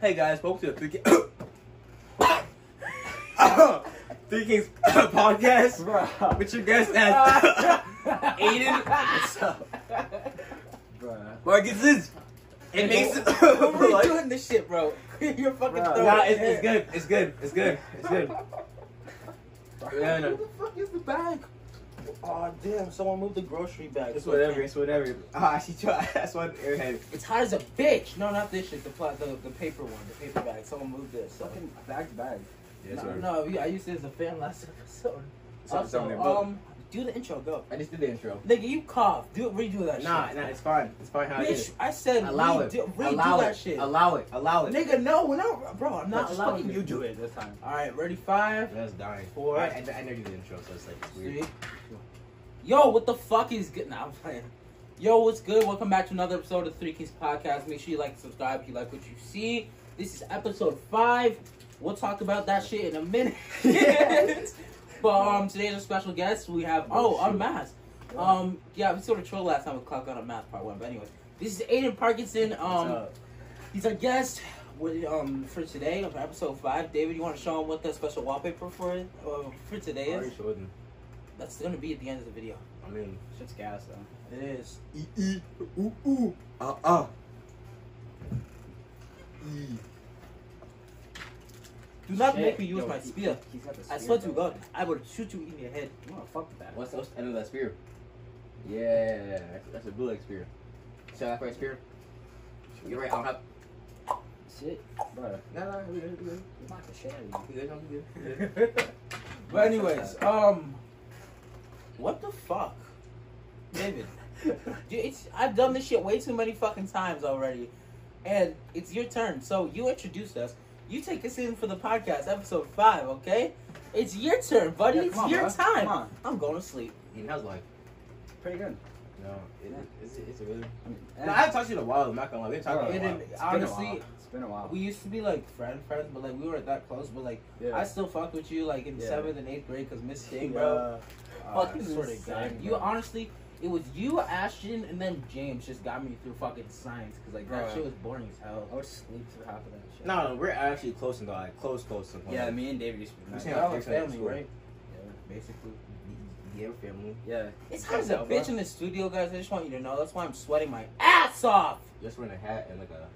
Hey guys, welcome to the Three Kings, Three Kings podcast Bruh. with your guest as Aiden. What's up? Bruh. Marcus. It makes it. Don't we're really like- doing this shit, bro. You're fucking Nah, throwing. Nah, it's, it's good. It's good. It's good. It's good. Yeah, I know. Where the fuck is the bag? Oh damn! Someone moved the grocery bag. It's whatever. It's whatever. Ah, she tried. That's one airhead. It's hot as a bitch. No, not this shit. The pla- the, the paper one, the paper bag. Someone moved this. So. Fucking bag bag. Yeah, no, no, we- I used it as a fan last episode. It's on- it's on there, Also, but- um, do the intro. Go, I just did the intro. nigga. You cough. Do redo that Nah, shit. nah. It's fine. It's fine. How it Bitch, is. I said Allow it. redo, redo Allow that it. shit. Allow it. Allow it. Nigga, no, we're not, bro. I'm not Just allowing fucking you. You do it this time. All right, ready? Five, That's dying. Four. I, I, I never do the intro, so it's like it's weird. Sweet. Yo, what the fuck is good? Nah, I'm playing. Yo, what's good? Welcome back to another episode of Three Kings Podcast. Make sure you like and subscribe if you like what you see. This is episode five. We'll talk about that shit in a minute. but um, today's our special guest. We have oh, our mask. Um, yeah, we sort of trolled last time with Clock on a mask part one. But anyway, this is Aiden Parkinson. Um, he's our guest. With, um, for today, for episode five, David, you want to show him what that special wallpaper for uh, for I today is? already showed him. That's gonna be at the end of the video. I mean, Shit's gas though. It is. e e ooh ooh ah ah. E. Do not Shit. make me use Yo, my he- spear. He's got the I spear, swear to bro. God, I will shoot you in your head. I'm gonna fuck with that. What's what's the end of that spear? Yeah, that's, that's a blue leg spear. So that's right spear. You're right. I don't have. Shit, bro. No, no, we good. We good. I'm not gonna share We good. I'm good. we good. you. But anyways, um, what the fuck, David? Dude, it's I've done this shit way too many fucking times already, and it's your turn. So you introduced us. You take us in for the podcast episode five, okay? It's your turn, buddy. Yeah, it's come on, your bro. time. Come on. I'm going to sleep. Ian, how's life? Pretty good. No, it, it's it's a really. I mean, No, I haven't talked to you in a while. I'm not gonna lie. We haven't talked Bro, in a Aiden, while. it's been a honestly, while. it's been a while. we used to be like friend friends, but like we weren't that close. But like yeah. I still fuck with you like in Yeah. seventh and eighth grade because Miss Sting, bro. Uh, Fuck you, sort of God. You honestly, it was you, Ashton, and then James just got me through fucking science because like that Bruh. shit was boring as hell. I would sleep through half of that shit. No, no, we're actually close and like close, close. to Yeah, me and David used to be We nice. seen Y'all our like pictures at family, school. right? Yeah. Basically, Yeah, we're family. Yeah. it's hot as a Yeah, bro. bitch in the studio, guys. I just want you to know that's why I'm sweating my ass off. Just wearing a hat and like a, uh,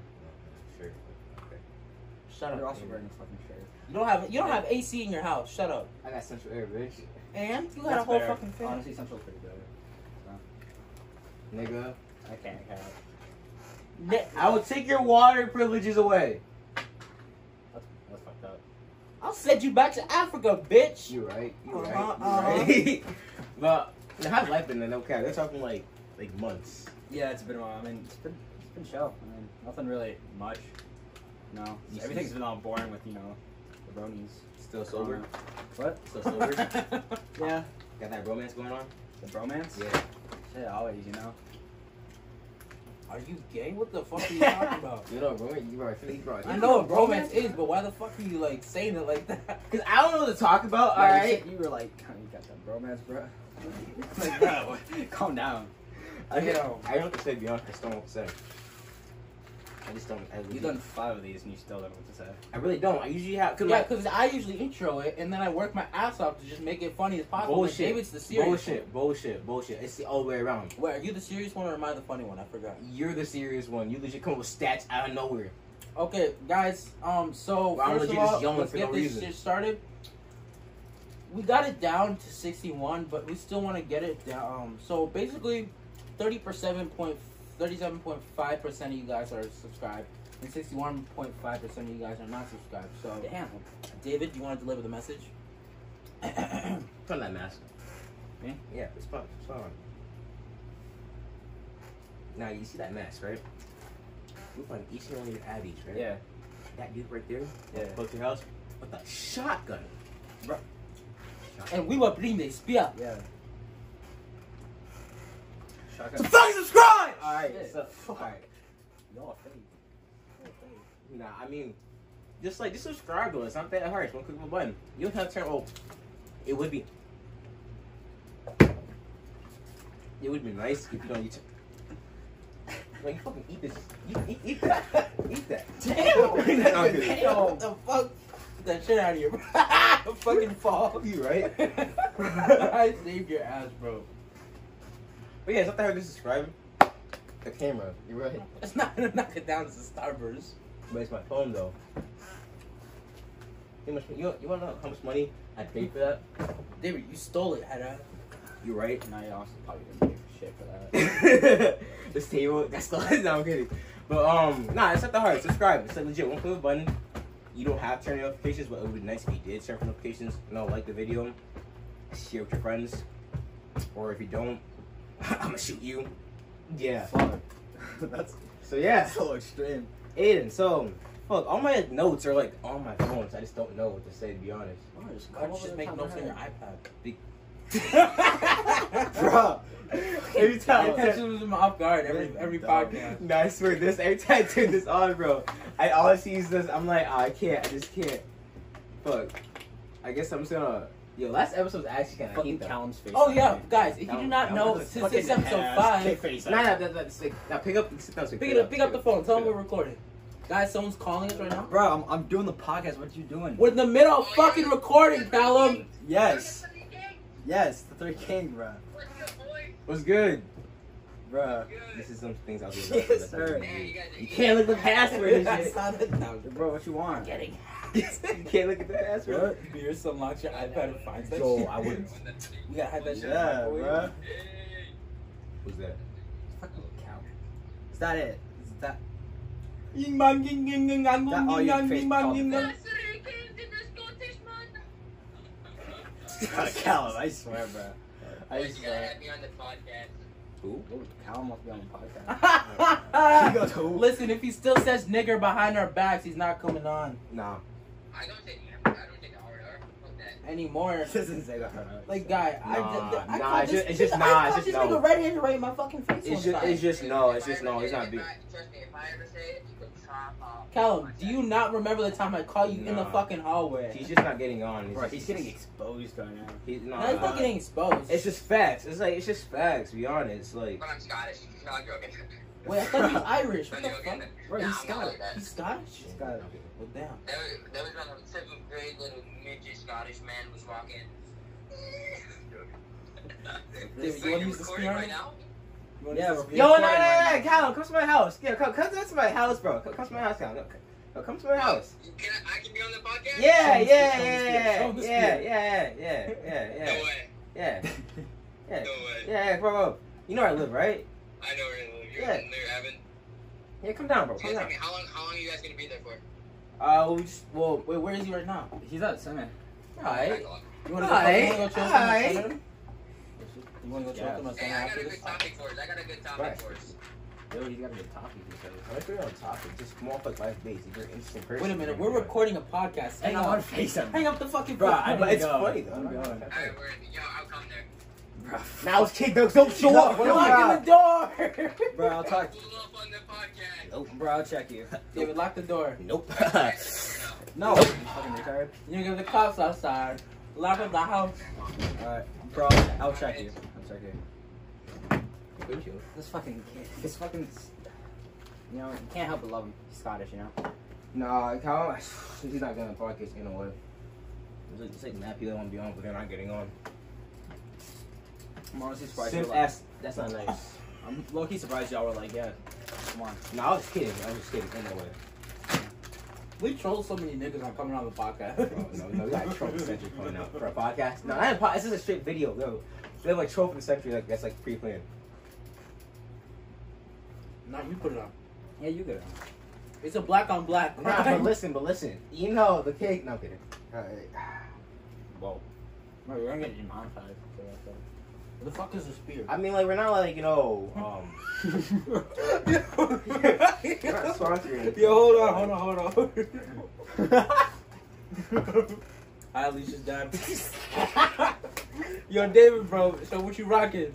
shirt. Okay. Shut You're up. also wearing a fucking shirt. You don't have you don't have AC in your house. Shut up. I got central air, bitch. And you got a That's whole better. fucking thing. Honestly, Central's pretty good. Nigga, I can't count. Ne- I will take your water privileges away. That's, that's fucked up. I'll send you back to Africa, bitch. You right? You right? Uh-huh, You right? but now, how's life been? Then okay, they're talking like like months. Yeah, it's been a while. I mean, it's been it's been chill. I mean, nothing really much. No, You everything's see- been all boring with you know, the bronies. Um, Still sober? What? Still sober? Got Yeah. that romance going on? The bromance? Yeah. Shit, always, you know. Are you gay? What the fuck are you talking about? You know romance? You right? You right? I know what romance is, but why the fuck are you like saying it like that? Cause I don't know what to talk about. All Yeah, you right. said You were like, "Oh, you got that bromance, bro. like, Like, bro, bro, calm down. I don't Yeah. know what to say. to Be honest, I just don't know what to say. I just don't. I, You've done five of these and you still don't know what to say. I really don't. I usually have. Cause Yeah, like, because I usually intro it and then I work my ass off to just make it funny as possible. bullshit. Like, David's the serious bullshit. Bullshit. Bullshit. It's the all the way around. One. Wait, are you the serious one or am I the funny one? I forgot. You're the serious one. You legit come up with stats out of nowhere. Okay, guys. Um, so Well, I'm first of legit just all, yelling let's for get no this reason. shit started. We got it down to sixty-one, but we still want to get it down. Um, so basically, thirty percent point thirty-seven point five percent of you guys are subscribed, and sixty-one point five percent of you guys are not subscribed. So, Damn. David, you want to deliver the message? Put on that mask. Me? Yeah, it's fine. It's fine. Now you see that mask, right? We find each and every one of your abbeys, right? Yeah, That dude right there. Yeah. Close to your house with a shotgun. Bruh. Shotgun. and we will bring the spear. yeah. Shotgun. So fucking subscribe. All right. Shit. So, all right. Y'all are fake. Nah, I mean, just like just subscribe to us. Not that hard. Just one click of a button. You don't have to turn. Oh, it would be. It would be nice if you don't. You t- Like, you fucking eat this. You eat, eat that. Eat that. Damn! No, I'm good. Damn, what the fuck? Get that shit out of here, bro. Fucking fall. Fuck you, right? I saved your ass, bro. But yeah, is that how you describe the camera? You're right. It's not gonna knock it down. It's a Starburst. But it's my phone though. You, must, you, you wanna know how much money I paid for that? David, you stole it, Hedda. You right? No, you honestly probably didn't give a shit for that. this table, that's the no, I'm kidding. But um, nah, it's not that hard. Subscribe. It's like legit. One click of a button. You don't have to turn your notifications, but it would be nice if you did turn on notifications. You know, like the video, share with your friends, or if you don't, I'ma shoot you. Yeah. Fuck. That's So yeah. so extreme. Aiden, so fuck, all my notes are like on my phone, so I just don't know what to say to be honest. Why don't you just make notes on your iPad? Bro, every time It catches him off guard every every Dog. podcast. No, I swear this every time I turn this on, bro, I always use this. I'm like, oh, I can't, I just can't. Fuck. I guess I'm just gonna. Yo, last episode was actually kind of fucking heat though. Callum's face. Oh yeah, guys! If you do That not was- know, that was since this is episode five, Nah, nah, that, that's like, now pick up, sit down, sit pick it up, pick up the sit phone. Tell sit them we're recording. Guys, someone's calling us right now. Bro, I'm, I'm doing the podcast. What you doing? We're in the middle of fucking recording, Callum. Yes, yes, the three king, bro. What's good? Bro, This is some things I'll do. Yes, sir. You can't look at the password and I shit. saw that now. bro, what you want? Getting you can't look at that password. beer, some launch your iPad and finds that Yo, shit. I wouldn't. We gotta hide that shit. in the Yeah, microwave. bro. Who's that? Fucking cow. Is that it? Is that? Ying bang, ying, ying, ying, yang, That all ying, your yang, face ying, bang, called ying, yang. Callum, I swear, bro. I uh, swear. Who? Ooh, Callum must be on the podcast. He goes, Listen, who? if he still says nigger behind our backs, he's not coming on Nah. anymore. This is Zega Hara. Like, guy, Nah, I, I, I nah, called it's this, ju- it's just I nah, called it's just this no. nigga red-handed right in my fucking face It's one just, time. it's just no, it's just no, it's not big. Callum, do you not remember the time I called you in the Nah. fucking hallway? He's just not getting on. Bro, he's getting He's, exposed right now. he's Now nah, he's nah. not getting exposed. It's just facts. It's like it's just facts. To be honest, like But I'm Scottish. No, I'm joking. Wait, I thought he was Irish. What I'm the joking. fuck? Bro, he's Nah, I'm not Scottish. like that. He's Scottish? He's got Well, damn. There was, there was like a seventh grade little midget Scottish man was walking. Dude, you wanna use the recording spear? right now? You wanna Yeah, just- we're Yo, no, no, recording no, right no, Callum, come to my house. Yeah, come, come to my house, bro. Come, come to my house, Callum. No, c- no, come to my house. Can I, I can be on the podcast? Yeah, Show yeah, me the yeah, spear, show me the yeah, yeah, spear. yeah, yeah, yeah, No yeah, way. yeah, yeah, No yeah, way. yeah, bro, bro. You know where I live, right? I know where you live. You're Yeah. in there, Evan. Yeah, come down, bro. Come Excuse down. me, how long, how long are you guys going to be there for? Uh, we just well, Wait, where is he right now? He's at Summit. Alright. Back off. You wanna go, Alright, you wanna go chill with him alright. or something? You wanna go chill with him or something Hey, I got after a this? good topic for us. I got a good topic Right. for us. Dude, he's got a good topic. he says. let's get on topic. Just more like life base. If you're an interesting person. Wait a minute, we're recording a podcast. Hang Hang on, up. face him. Hang up the fucking Bro, phone. I But didn't it's go. funny though. I'm going. Alright, we're, yo, I'll come there. Bro, Now it's kicked. Don't show No, up. we're Come not on. Lock in the door! bro, I'll talk. Pull up on the podcast. Oh, bro, I'll check you. David, lock the door. Nope. No, you fucking retard. You're gonna get the cops outside. Lock up the house. Alright, bro, I'll check you. I'll check you. This fucking kid. This fucking. s- You know, you can't help but love him. He's Scottish, you know. Nah, Callum, he's not gonna podcast anyway. It's like, it's like mad people that want to be on, but they're not getting on. I'm honestly surprised. Simp you're like, ass. That's not nice. I'm low key surprised y'all were like, yeah, come on. No, I was kidding. I was just kidding. Anyway. We troll so many niggas on coming on the podcast. Oh, Bro, no, no, we got troll century coming out for a podcast. No, not a podcast. This is a straight video, though. They have like troll for the century, like that's like pre-planned. Nah, you put it on. Yeah, you good. It's a black on black. Nah, crime. but listen, but listen. You know the cake. No, I'm kidding. Alright. Whoa. Bro, you're gonna get demonetized. for that, though. What the fuck is a spear? I mean, like we're not like you know, um, we're not sponsoring. Yo, hold on, hold on, hold on. I at least just died. Yo, David, bro. So what you rocking?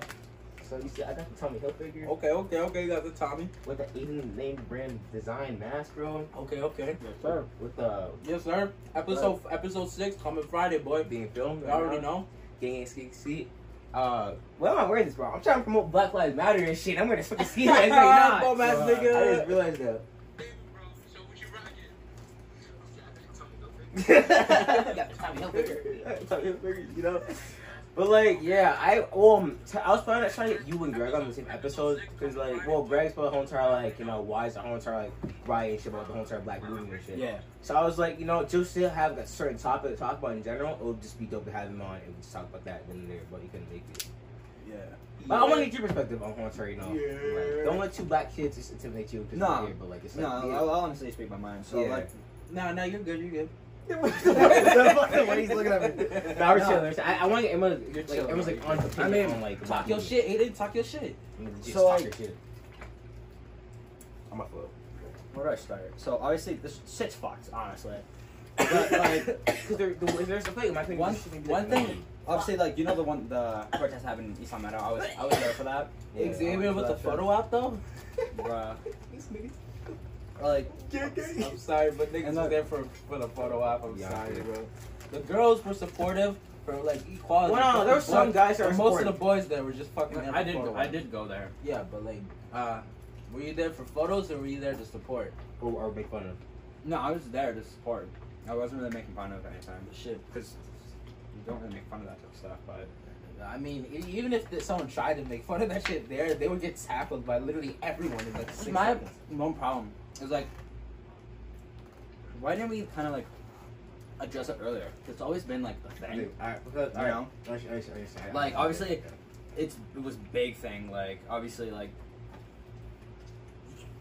So you see, I got the Tommy Hilfiger Okay, okay, okay. You got the Tommy. with the even named brand design mask, bro. Okay, okay. Yes, sir. With the Yes, sir. Episode episode six coming Friday, boy. being filmed. You right already now. know. Gang Gang Skeet Seat. uh, where am I wearing this, bro? I'm trying to promote Black Lives Matter and shit. I'm gonna fucking see it. It's like, nah, Bum ass bro. nigga. I just realized that. bro, so what you rocking? you know, but like, yeah, I um, t- I was planning on trying to get you and Greg on the same episode because like, well, Greg's about the whole entire like, you know, why is the whole entire like riot and shit about the whole entire black movement and shit. Yeah. So I was like, you know, just to have a certain topic to talk about in general, it would just be dope to have him on and we just talk about that then and there, but he couldn't make it. Yeah. But I want to get your perspective on Haunter, you know. Yeah. Like, don't let two black kids just intimidate you. 'cause No. they're weird, but like, it's No, like, I'll, yeah. I'll honestly speak my mind. So Yeah. like, No, no, you're good. You're good. what he's looking at me. Nah, we're No. chilling. we're chilling. I, I want to get Emma. Like, chilling. Emma's like on the I mean, on like Talk your shit, Aiden. Talk your shit. Just So, talk um, your shit. I'm a fool. where do I start? So obviously, this shit's fucked, honestly. But like, Because there, the, if there's a play, my thing. One- is- one thing- obviously, like you know the one the protest happened in East Meadow. I was I was there for that, Yeah. Xavier with the Gotcha. photo op though. bruh. This nigga- Like, I'm sorry, but niggas And was look- there for for the photo op. I'm Yeah, sorry, dude. bro. The girls were supportive for like equality. Well, no, there were some guys that But were most of the supportive. boys there were just fucking. there I for did photo I op. did go there. Yeah, but like, uh, were you there for photos or were you there to support? Or, or Oh, make fun of. No, I was there to support. I wasn't really making fun of it anytime. Shit. Because you don't really make fun of that type of stuff, but I mean, e- even if th- someone tried to make fun of that shit there, they would get tackled by literally everyone in like This six is my seconds. one problem. Is like, why didn't we kind of like address it earlier? It's always been like the thing. Alright, because- You alright. know? I see- I see- I see- I see. Like, obviously- Okay. It's it was big thing. Like obviously like.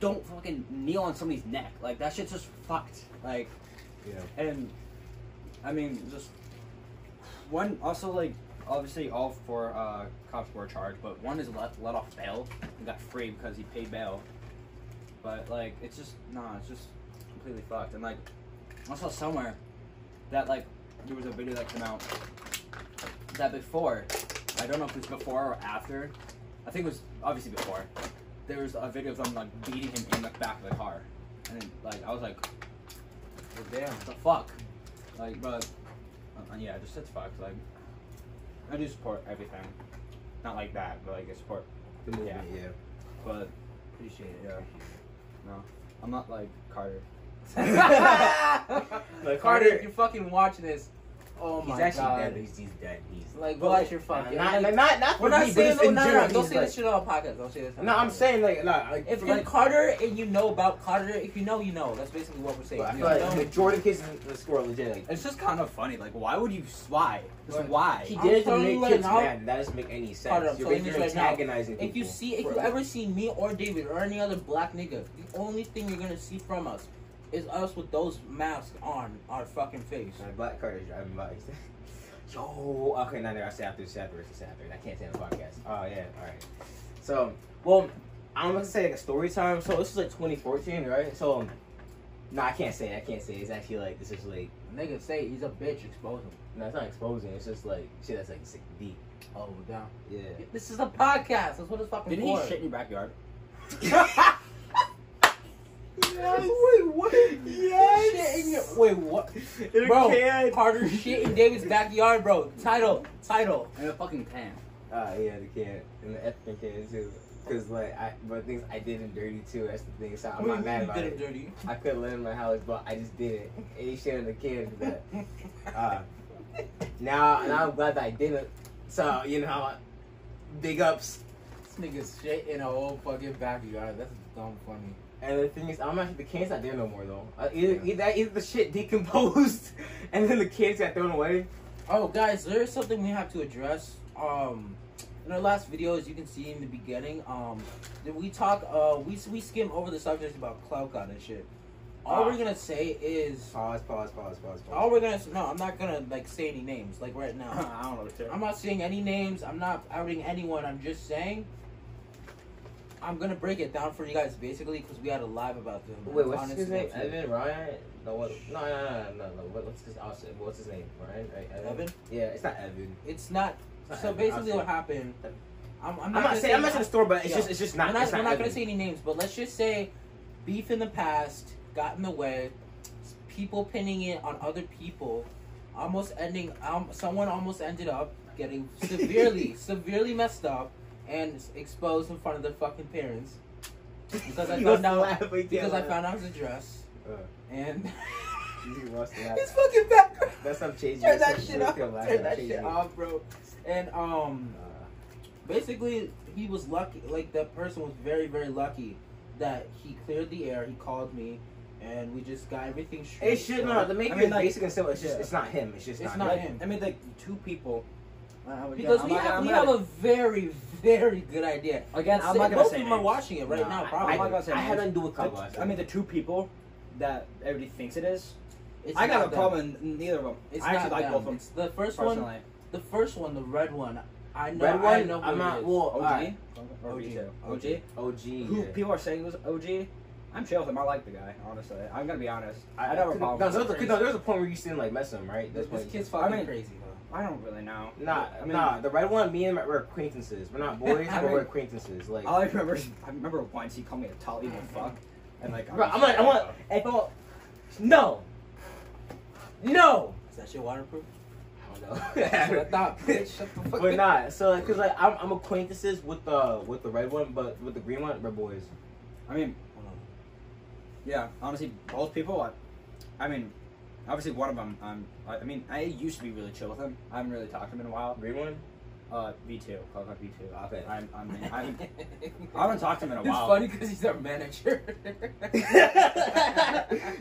Don't fucking kneel on somebody's neck. Like that shit's just fucked. Like Yeah. and I mean just one also like obviously all four uh, cops were charged, but one is let let off bail and got free because he paid bail. But like it's just nah, it's just completely fucked. And like I saw somewhere that like there was a video that came out that before I don't know if it was before or after. I think it was obviously before. There was a video of them like beating him in the back of the car, and then, like I was like, Well, damn. the fuck? Like, but uh, yeah, just it's fucked. Like, I do support everything, not like that, but like I support. The movement, yeah. But Appreciate it. yeah, no, I'm not like Carter. Like, Carter, Carter- if you're fucking watching this, oh he's my actually god. dead, but he's, he's dead. He's Like, But, watch like, your fucking. Nah, like, not, not, not for we're me, not but saying just no, in no, no, general, no. Don't he's say like- this shit on podcast. Don't say this. on No, I'm podcast. saying like, nah, like If for, you're like, Carter and you know about Carter, if you know, you know. That's basically what we're saying. But I You feel like the know? Jordan case is the score legit. Like, It's just kind of funny. Like, why would you? Why? Just Right. why? he I'm did it to telling make you right kids now- mad. That doesn't make any sense. Carter, I'm you're telling you basically right now, antagonizing If you people. see, if Right. you ever see me or David or any other black nigga, the only thing you're gonna see from us is us with those masks on our fucking face. My black card is driving by. Yo, okay, now there. I say after this, after this, after I can't say on the podcast. Oh yeah, all right. So, well, I'm gonna say like a story time. So this is like 2014, right? So, no, I can't say. it, I can't say. it. It's actually like this is like Nigga say he's a bitch, expose him. no, it's not exposing. It's just like shit that's like sick deep. Oh, down. Yeah. This is a podcast. That's what it's fucking Didn't for. he shit in your backyard? Wait, what? Yes. Shit in your- wait, what? In a Bro, can. Carter shit in David's backyard, bro. Title, title. In a fucking pan. Uh, yeah, the can and the African can too. Cause like I, but things I did him dirty too. That's the thing. So I'm Wait, not mad you about did it. him dirty. I could live in my house, but I just did it. And he shared the can for that. Uh, now, now I'm glad that I didn't. So you know, big ups. This nigga's shit in a whole fucking backyard. That's dumb funny. And the thing is, I'm actually the can's not there no more though. Uh, either, either either the shit decomposed, and then the cans got thrown away. Oh, guys, there is something we have to address. Um, in our last video, as you can see in the beginning, um, did we talk? Uh, we we skim over the subjects about cloud god and shit. All we're Ah. gonna say is Pause, pause, pause, pause, pause. all we're gonna no. I'm not gonna like say any names like right now. I don't know. What to I'm not saying any names. I'm not outing anyone. I'm just saying. I'm gonna break it down for you guys basically because we had a live about this. Wait, what's On his name? Instagram. Evan Ryan? No, what? No, no, no, no, no. no. What, what's his? I'll say- What's his name? Ryan? Right? Evan? Evan? Yeah, it's not Evan. It's not. It's not So Evan. basically, I'll what say- happened? I'm, I'm I'm not, not gonna saying I'm not saying the store, but it's Yeah. just it's just not. we're not, it's we're not gonna Evan. say any names, but let's just say beef in the past got in the way. People pinning it on other people, almost ending. Um, someone almost ended up getting severely, severely messed up and s- exposed in front of their fucking parents Because I He found wants to out- laugh, he can't because I laugh. found out his address Uh, and he wants to laugh. his fucking background. That's not changing. Turn that That's shit not off. gonna laugh. Turn that That's shit changing. off, bro. And um, Uh, basically, he was lucky. Like that person was very, very lucky that he cleared the air. He called me, and we just got everything straight. It should So- not. The maker I mean, is like- basic and simple. It's just yeah. it's not him. It's just It's not, not him. him. I mean, like two people. Uh, again, Because I'm we not- have I'm we not- have a very, very good idea. again. I'm Say- not gonna both say of them are names. watching it right No, now. I- Probably. I'm not gonna say I had names. nothing to do with The- Kabbalah. I mean, the two people that everybody thinks it is. It's I got not a them. problem in neither of them. It's I actually not like them. both of them. It's the first one. Personally, The first one, the red one. I know. red I one. know who I'm it not. is. Well, OG, alright. or OG. B2. OG. OG. OG. Who yeah. people are saying was OG? I'm chill with him. I like the guy. Honestly, I'm gonna be honest. I, I don't have a No, problem. there with was a, him. no, there was a point where you didn't like mess him, right? This, That's this when. kid's fucking I mean- crazy, bro. I don't really know. Nah, I mean, nah. The red one, me and my, we're acquaintances. We're not boys, I but we're mean- acquaintances. Like, All I remember, is, I remember once he called me a tall evil fuck, and like, bro, I'm like, I want. If I, no, no. Is that shit waterproof? I don't know. That's what I thought, bitch. Shut the fuck We're up. not. So, like, cause like I'm, I'm acquaintances with the with the red one, but with the green one, we're boys. I mean, Hold on. yeah. Honestly, both people. I, I mean, obviously one of them. Um, I, I mean, I used to be really chill with him. I haven't really talked to him in a while. Green one. Uh, V two. Call it V two. Okay. I'm. I'm. I'm I haven't talked to him in a It's while. funny because he's our manager.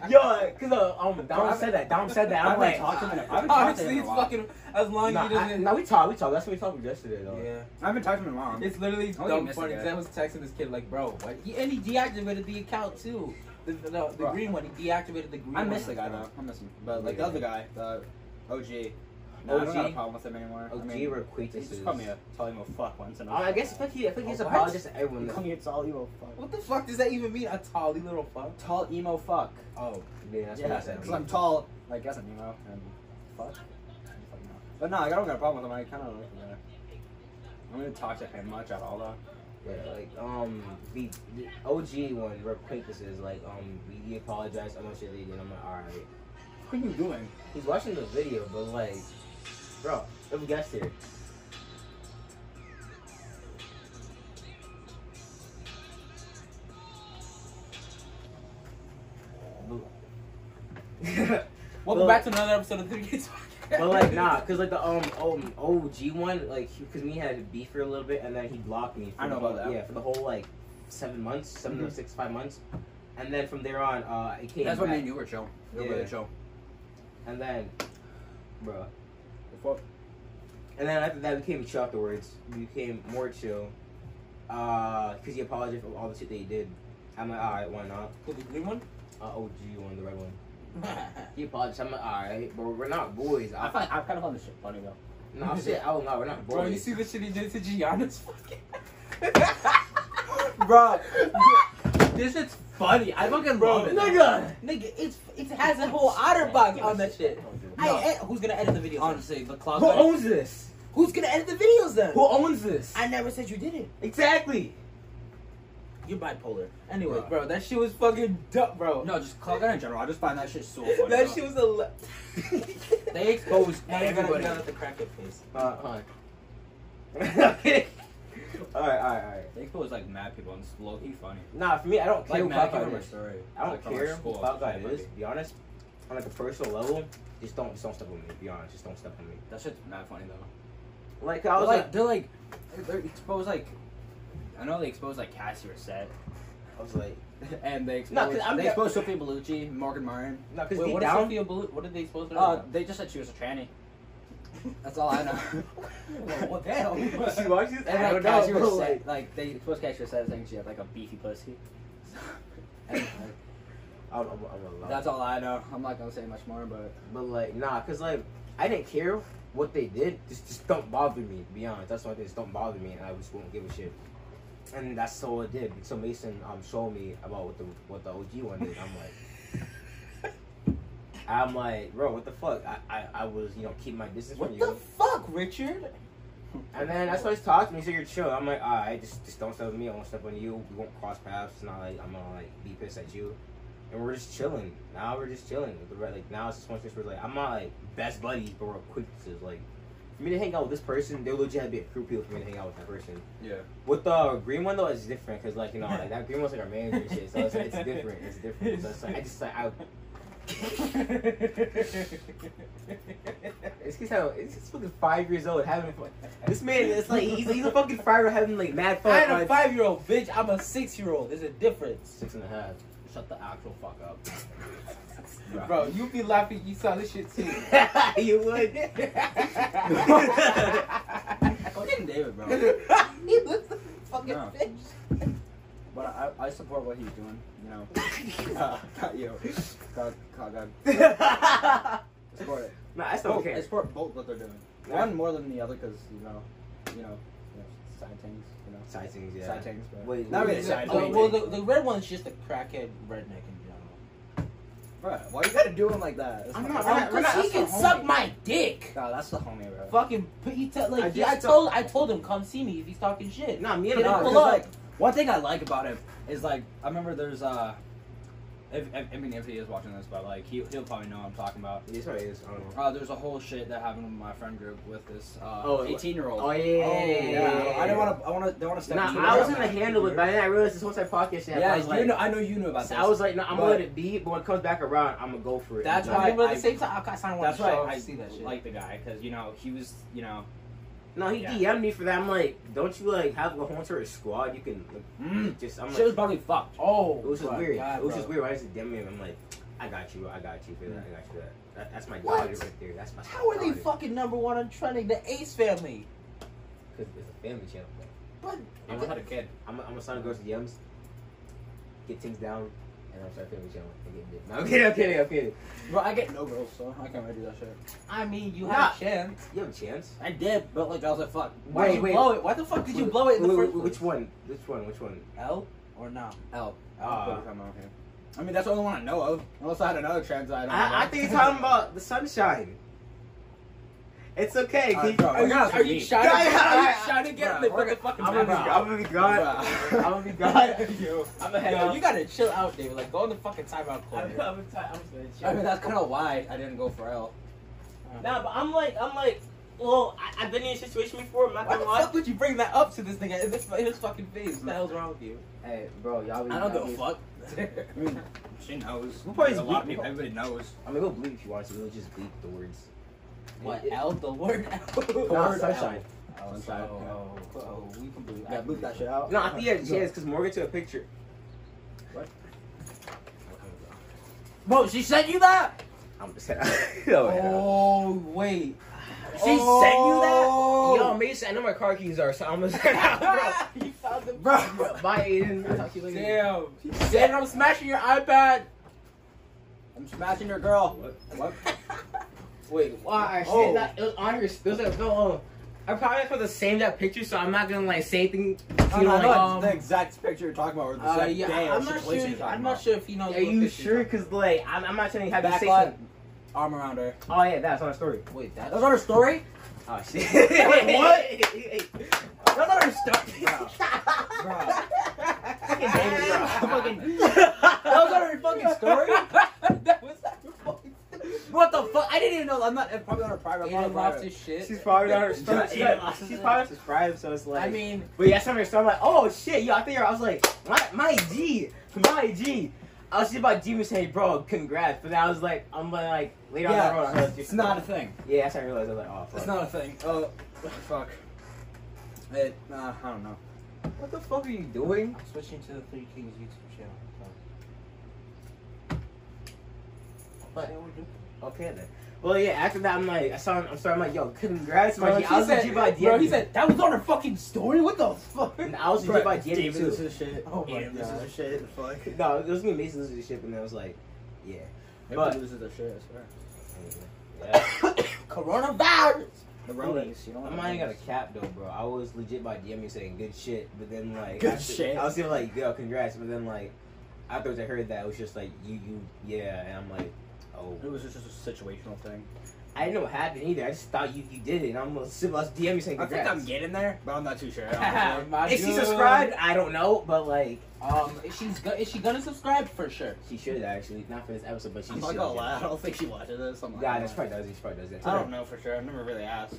Yo, cause uh, um, Dom said that. Dom said that. I I'm haven't like, talked to him. In a, I haven't talked to him Honestly, in a it's while. fucking. As long nah, as he I, doesn't. nah, we talked. We talked. That's what we talked yesterday, though. yeah. I haven't talked to him in a while. It's literally I dumb missed funny the guy. because I was texting this kid like, bro, what? He, and he deactivated the account too. The, the, the, the Bro. green one, he deactivated the green I one. miss the guy though. I miss him. But like Yeah. the other guy, the OG. No, I OG? don't have a problem with him anymore. OG I mean, were he acquaintances. just called me a tall emo fuck once. And Uh, I guess I think he, I think he's Oh, what? apologized to everyone. he that- called me a tall emo fuck. What the fuck does that even mean? A tally little fuck? Tall emo fuck. Oh. Yeah, that's what I yeah, said. because I'm tall. Like as an emo and fuck. But no, I don't got a problem with him. I kind of like the guy. I don't really talk to him much at all though. Yeah, like um, the, the OG one, we're acquaintances. Like um, we- he apologized. I'm not sure they did. I'm like, all right. What are you doing? He's watching the video, but like, bro, if we got here, But- Welcome Well- back to another episode of Three Kids Podcast. But like nah, cause like the um um OG one, like he- cause me had a beef for a little bit, and then he blocked me. For I know the whole, about that. Yeah, for the whole like seven months, 7 Mhm. or six five months, and then from there on, uh, it came. That's back, what me and you were chill. We were Yeah. really chill. And then, bro, Before, and then after that, we became chill afterwards. We became more chill, uh, cause he apologized for all the shit that he did. I'm like, all right, why not? With the green one? Uh, OG one, the red one. He apologized. I'm like, all right, but we're not boys. I I, find I kind of found this shit funny though. no shit. Oh no, we're not boys. Bro, you see the shit he did to Gianna's fucking. Bro, this is funny. I fucking Bro, love it. nigga. Nigga, it's it has a whole otter box on that shit. No. I, eh, who's gonna edit the videos? then? Honestly, the cloud. Who owns this? Who's gonna edit the videos then? Who owns this? I never said you did it. Exactly. You're bipolar. Anyway, Bro. bro, that shit was fucking dumb, bro. No, just cloud guy in general. I just find that shit so funny. that bro. shit was a. Le- They exposed now you gotta, you everybody. gotta let the crackhead face. Uh, alright. okay. Alright, alright, alright. They exposed like mad people and it's low key funny. Nah, for me, I don't care Like who mad Cloud people God from our is. story. I don't like, from our care who school, Cloud God everybody. is. To be honest, on like a personal level, just don't, just don't step on me. Be honest, just don't step on me. That shit's mad funny though. Like I was They're, like, they're like, they're exposed like. I know they exposed like Cassie Reset, I was like, and they No, 'cause exposed I'm- they exposed Sophia Bellucci, Morgan Marin. no, cause Wait, deep what is down, Sophia Bullet? What did they supposed to Uh, they just said she was a tranny. That's all I know. well, well, damn. she watches. And I like don't Cassie know, bro, was like, like, like they supposed Cassie was saying she had like a beefy pussy. And, like, I'm, I'm, I'm a lot. that's all I know. I'm not gonna say much more, but But like, nah, cause like I didn't care what they did. Just, just don't bother me. Be honest, that's one thing. Just don't bother me, and I just won't give a shit. And that's all it did. So Mason um showed me about what the what the OG one did. I'm like, I'm like, bro, what the fuck? I I, I was you know keep my distance from What you. the fuck, Richard? and then that's why he's talking to me. So you're chill. I'm like, all right, just just don't step on me. I won't step on you. We won't cross paths. It's not like I'm gonna like be pissed at you. And we're just chilling. Now we're just chilling. Like now it's just one place where like I'm not like best buddies, but we're acquaintances. Like for me to hang out with this person, they legit had to be a crew people for me to hang out with that person. Yeah. With the green one though, it's different because like you know like that green one's like our manager and shit, so it's, it's different. It's different. So it's like I just like I. It's just how it's just fucking five years old having fun. This man, it's like he's, he's a fucking five having like mad fun. I had a on- five year old bitch. I'm a six year old. There's a difference. Six and a half. Shut the actual fuck up, Bruh. bro. You be laughing. You saw this shit too. you would. Fucking David, bro. he looks like a fucking No. But I, I support what he's doing. You know, Got Uh, you. God, God, God. Support it. nah, that's Both. I okay. support both what they're doing. Yeah. One more than the other because you know, you know, you know, side things. You know, Side things, yeah. side things. But Wait, not wait, really wait, side wait, things. Oh, well, the, the red one's just a crackhead redneck in general. Bruh, why you gotta do him like that? That's I'm not- not we're wrong not- we're not- because he that's can the homie. suck my dick. Nah, that's the homie, bro. Fucking, but he te- like I I, just I told- told I told him come see me if he's talking shit. Nah, me Hit and him No, Rob. pull because, up. like one thing I like about him is like I remember there's uh, if, if I mean if he is watching this, but like he he'll probably know what I'm talking about. This probably is. I don't know. Uh, there's a whole shit that happened with my friend group with this uh, Oh, 18 year old. Oh yeah. yeah. I don't want to. I want to. Don't want to step. Nah, into I it. was gonna handle it, but then I realized this whole time podcast shit. Yeah, I was you like, know, I know you knew about so this. I was like, no, I'm But- gonna let it be. But when it comes back around, I'm gonna go for it. That's Like, Nah, why. But at I- the same time, I kind of want that's to why show I I see that shit. like the guy because you know he was you know. No, he Yeah. DM'd me for that. I'm like, don't you like have a whole entire squad? You can like, Mm, just. I'm shit was like, probably fucked. oh, it was just my weird. God, it was bro. just weird. I just DM'd him. I'm like, I got you. I got you for that. I got you for that. that that's my What? daughter right there. That's my. How are they daughter. fucking number one on trending? The Ace family. Cause it's a family channel. But I'm I had a kid. I'm, I'm gonna sign girls DMs, get things down, and I'm start family channel and get dick. No, I'm kidding. I'm kidding. I'm kidding. Bro, I get no girls, so I can't really do that shit. I mean, you Nah. had a chance. You have a chance. I did, but like I was like, fuck. Why Wait, did you wait. blow it? Why the fuck did you blow it in the Wait, first wait, Which place? one? Which one? Which one? L or no? L. Ah. L. Uh, I mean, that's the only one I know of. Unless I had another trans I don't know. I, I think you're talking about the sunshine. It's okay. Uh, keep- bro, are you- God, Are you me. trying Yeah, to yeah, are you yeah. trying to get in the Bruh, we're fucking fucking I'm gonna, be, background? I'm gonna be gone. I'm gonna be gone. Yo. I'm gonna head Yo, out. you gotta chill out, David. Like, go in the fucking timeout corner. I'm, I'm, ti- I'm just gonna chill. I mean, that's kind of why I didn't go for L. Nah, but I'm like, I'm like, well, I, I've been in a situation before. I'm not Why the gonna lie. fuck would you bring that up to this nigga in, this, in his fucking face? What the hell's wrong with you? Hey, bro, y'all. Be, I don't y'all give a be- fuck. I mean, she knows. Who plays a lot of Bleep? people. Everybody knows. I mean, go bleep if you want to. We'll just bleep the words. what L? The word No, L. sunshine. Oh, so, Sunshine, yeah. oh, oh, we can believe Yeah, bleep that shit out. No, I think you had a chance because Morgan took a picture. Bro, she sent you that? I'm just saying. oh, yeah. Oh wait, She sent you that? Oh. Yo, that? maybe I know my car keys are, so I'm gonna send out. Yo, you found the Bro, bro. Bye, Aiden. Talk to you later. Damn, she said I'm smashing your iPad. I'm smashing your girl. What? What? Wait, Well, I said Oh. that it was on her. It was like, no, um, I probably for the same that picture, so I'm not gonna like say anything. You you know, Oh, know, I know like, um, it's the exact picture you're talking about. Or the Uh, exact yeah, day or I'm not situation sure. you're talking I'm not about. sure if he knows. Are what you this is. sure? Cause like, I'm, I'm not telling you how to say Backlight, something. arm around her. Oh yeah, that's on a story. Wait, That's that. not her story. Oh shit. Wait, what? That's not her story. Bro. Fucking David, bro. Fucking- That was not her fucking story. that was not your fucking What the fuck? I didn't even know. I'm not. I'm probably on her private. I'm on Aiden her lost private. his shit. She's probably not her story. She's She's, not- she's probably subscribed, so it's like. I mean, But yeah, some of your stuff, I'm like, oh shit, yo, I think I was like, my, my G, my G. I was just about G was saying, bro, congrats. But then I was like, I'm like, like later on down the road, I Yeah, realized it's not a thing. Yeah, that's when I realized I was like, oh, fuck. It's not a thing. Uh, fuck. It. Uh, I don't know. What the fuck are you doing? I'm switching to the Three Kings YouTube channel. But- Okay then. Well, yeah. After that, I'm like, I saw, him, I'm sorry, I'm like, yo, congrats, my G. I was legit about DM. bro, he you. said that was on her fucking story. What the fuck? And I was legit about DM you, David, this too. is shit. Oh my Damn, God. This is shit. Fuck. No, it was gonna be amazing this shit, and I was like, yeah. Everybody loses their shit. I swear. yeah. Coronavirus. The Rolex, You I'm not even gonna cap though, bro. I was legit by DMing saying good shit, but then like Good after- shit. I was even like, yo, congrats, but then like afterwards I heard that it was just like you, you, yeah, and I'm like, oh, It was just a situational thing. I didn't know what happened either. I just thought you, you did it. And I'm gonna sit- I was DMing saying I think congrats. I'm getting there, but I'm not too sure. I don't know. My Is she dude. subscribed? I don't know, but like Um, is she's go- is she gonna subscribe for sure? she should actually not for this episode, but she I'm should. not gonna lie. I don't think she watches this. I'm like, Yeah, that's probably does. it. She probably does it. I don't know for sure. I've never really asked.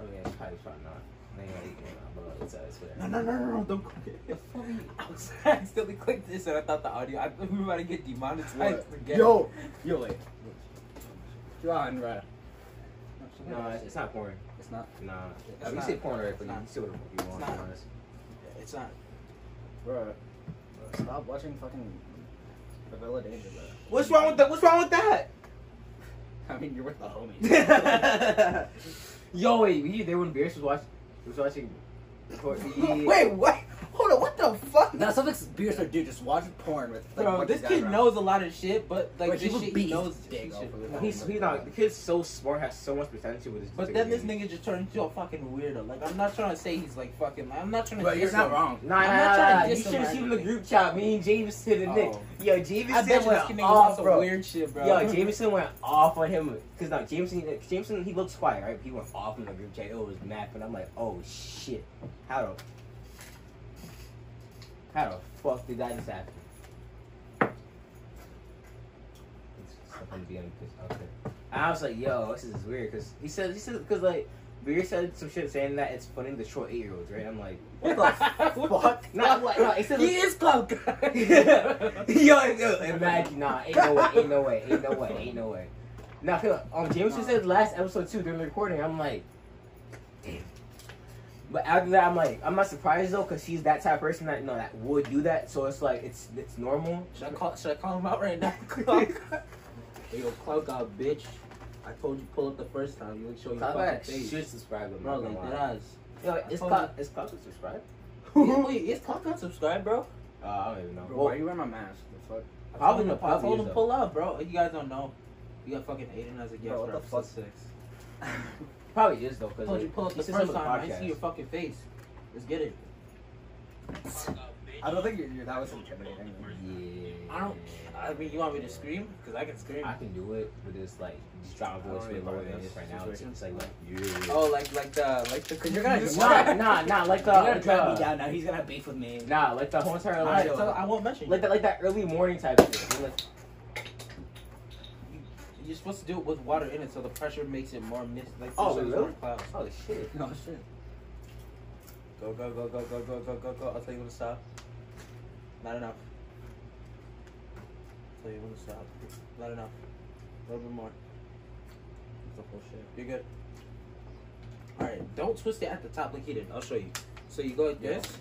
I mean, it's probably probably not. I ain't gonna eat it, but it's, uh, it's whatever. No, no, no, no, no, don't cook The it. fuck? I was I accidentally clicked this and I thought the audio. I thought we were about to get demonetized again. Yo, yo, wait. John, right. No, it's, it's not porn. it's not. Nah. It's I mean, you not. say porn right, but you can It's see whatever you want, to It's be not. honest. It's not. Bro, stop watching fucking Vanilla Danger, bro. What's wrong with that? What's wrong with that? I mean, you're with the homie. Yo, wait, we, they were in Beerus was watching. Was watching. Wait, what? Hold on, what the fuck? now, some beers are dude just watch porn with. Like, Bro, what this guys kid around. knows a lot of shit, but like Bro, he this would shit beat he knows his he dick should- off of it. No, he's he's not. The kid's so smart, has so much potential with his. But then this nigga just turned into a fucking weirdo. Like I'm not trying to say he's like fucking. I'm not trying to. Bro, you're diss not him. wrong. Nah, I'm nah, not nah, trying nah, to You diss should have him or seen the anything. group chat. Me and Jameson and Nick. Oh. Yo, I bet Jameson you this went kid nigga off, was on some bro. weird shit, bro. Yo, Jameson went off on him because now Jameson, Jameson, he looks quiet, right? He went off in the group chat. It was mad, and I'm like, oh shit, how the, how the fuck did that just happen? It's something being pissed- okay. And I was like, yo, this is weird because he said, he said, because like. Beer said some shit saying that it's funny to short eight year olds, right? I'm like, what the fuck? Not like, no, it said- He is clout guy. yo, yo, imagine, nah, ain't no way, ain't no way, ain't no way, ain't no way. Now, feel- um, James just said last episode too during the recording. I'm like, damn. But after that, I'm like, I'm not surprised though, cause she's that type of person that no, that would do that. So it's like, it's it's normal. should I call? Should I call him out right now? Clout guy. Hey, Yo, clout guy, bitch. I told you pull up the first time. You would show your Talk fucking about face. should subscribe. I'm Bro, not gonna like that lie. ass. Yo, I it's told called it's called subscribe. Yeah, Wait, is Clout guy subscribed, bro? Uh, I don't even know. Bro, why Well, are you wearing my mask? The fuck? I told Probably him to- not, I told probably him is, to pull up, bro. You guys don't know. You got fucking Aiden as a guest. Bro, what for the episode fuck? Six. probably is though, cause I told like, you pull up he the said some first of the time. I podcast. see your fucking face. Let's get it. I don't think you're, you're, that was intimidating. Yeah. I don't. I mean, you want me to scream? Cause I can scream. I can do it, but it's like just drop a voice I don't way even lower know than this this right now. It's, situation. it's like like yeah. Oh, like like the like the. Cause you're gonna just nah, nah, nah, like the you're gonna like drag me the, down now. He's gonna have beef with me. nah, like the whole entire Alright, like, so I won't mention. like Like that, like that early morning type of thing. Like, You're supposed to do it with water in it, so the pressure makes it more mist. Like Oh, so it's really? more clouds. oh shit! No shit. Go go go go go go go go go. I'll tell you when to stop. Not enough. I'll tell you when to stop. Not enough. A little bit more. That's the whole shit. You're good. All right. Don't twist it at the top like he did. I'll show you. So you go like Yeah. this.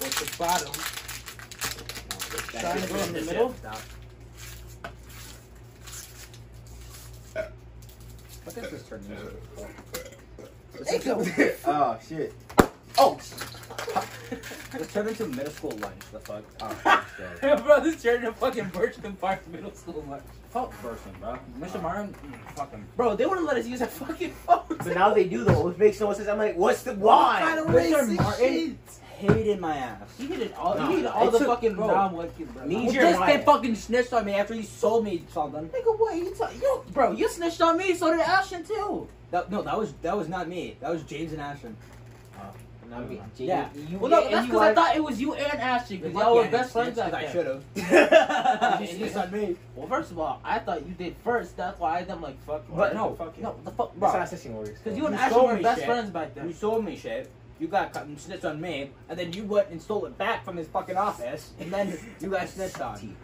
Go to the bottom. Trying to go in the middle. Stop. What does this turn into? oh shit! Oh. This turned into middle school lunch. The fuck? Oh shit! Bro, this turned into fucking Birchland Park Middle School lunch. Fuck person, bro. Mr. Martin, mm, fuck him. Bro, they wouldn't let us use our fucking phones. But now they do though, which makes no sense. I'm like, what's the Kind why? of Mr. racist Martin shit. hated my ass. He did all. Nah, he did all it the took- fucking bro, Ron Woodkin, bro. me He He's Nigga, your just liar. they fucking snitched on me after you sold me something. what you talking? Yo, bro, you snitched on me, so did Ashton too. That, no, that was that was not me. That was James and Ashton. I mean, E Yeah. you, Well, no, and that's you because I are- thought it was you and Ashton because y'all were best friends at I that. should have. You It's snitched on me. Well, first of all, I thought you did first. That's why I'm like, fuck. But you. no, fuck no, the fuck, It's bro. not session orders. Because you and You Ashton sold were me best shit. friends back You then. sold me shit. You got cut and snitched on me, and then you went and stole it back from his fucking office, and then you got snitched on.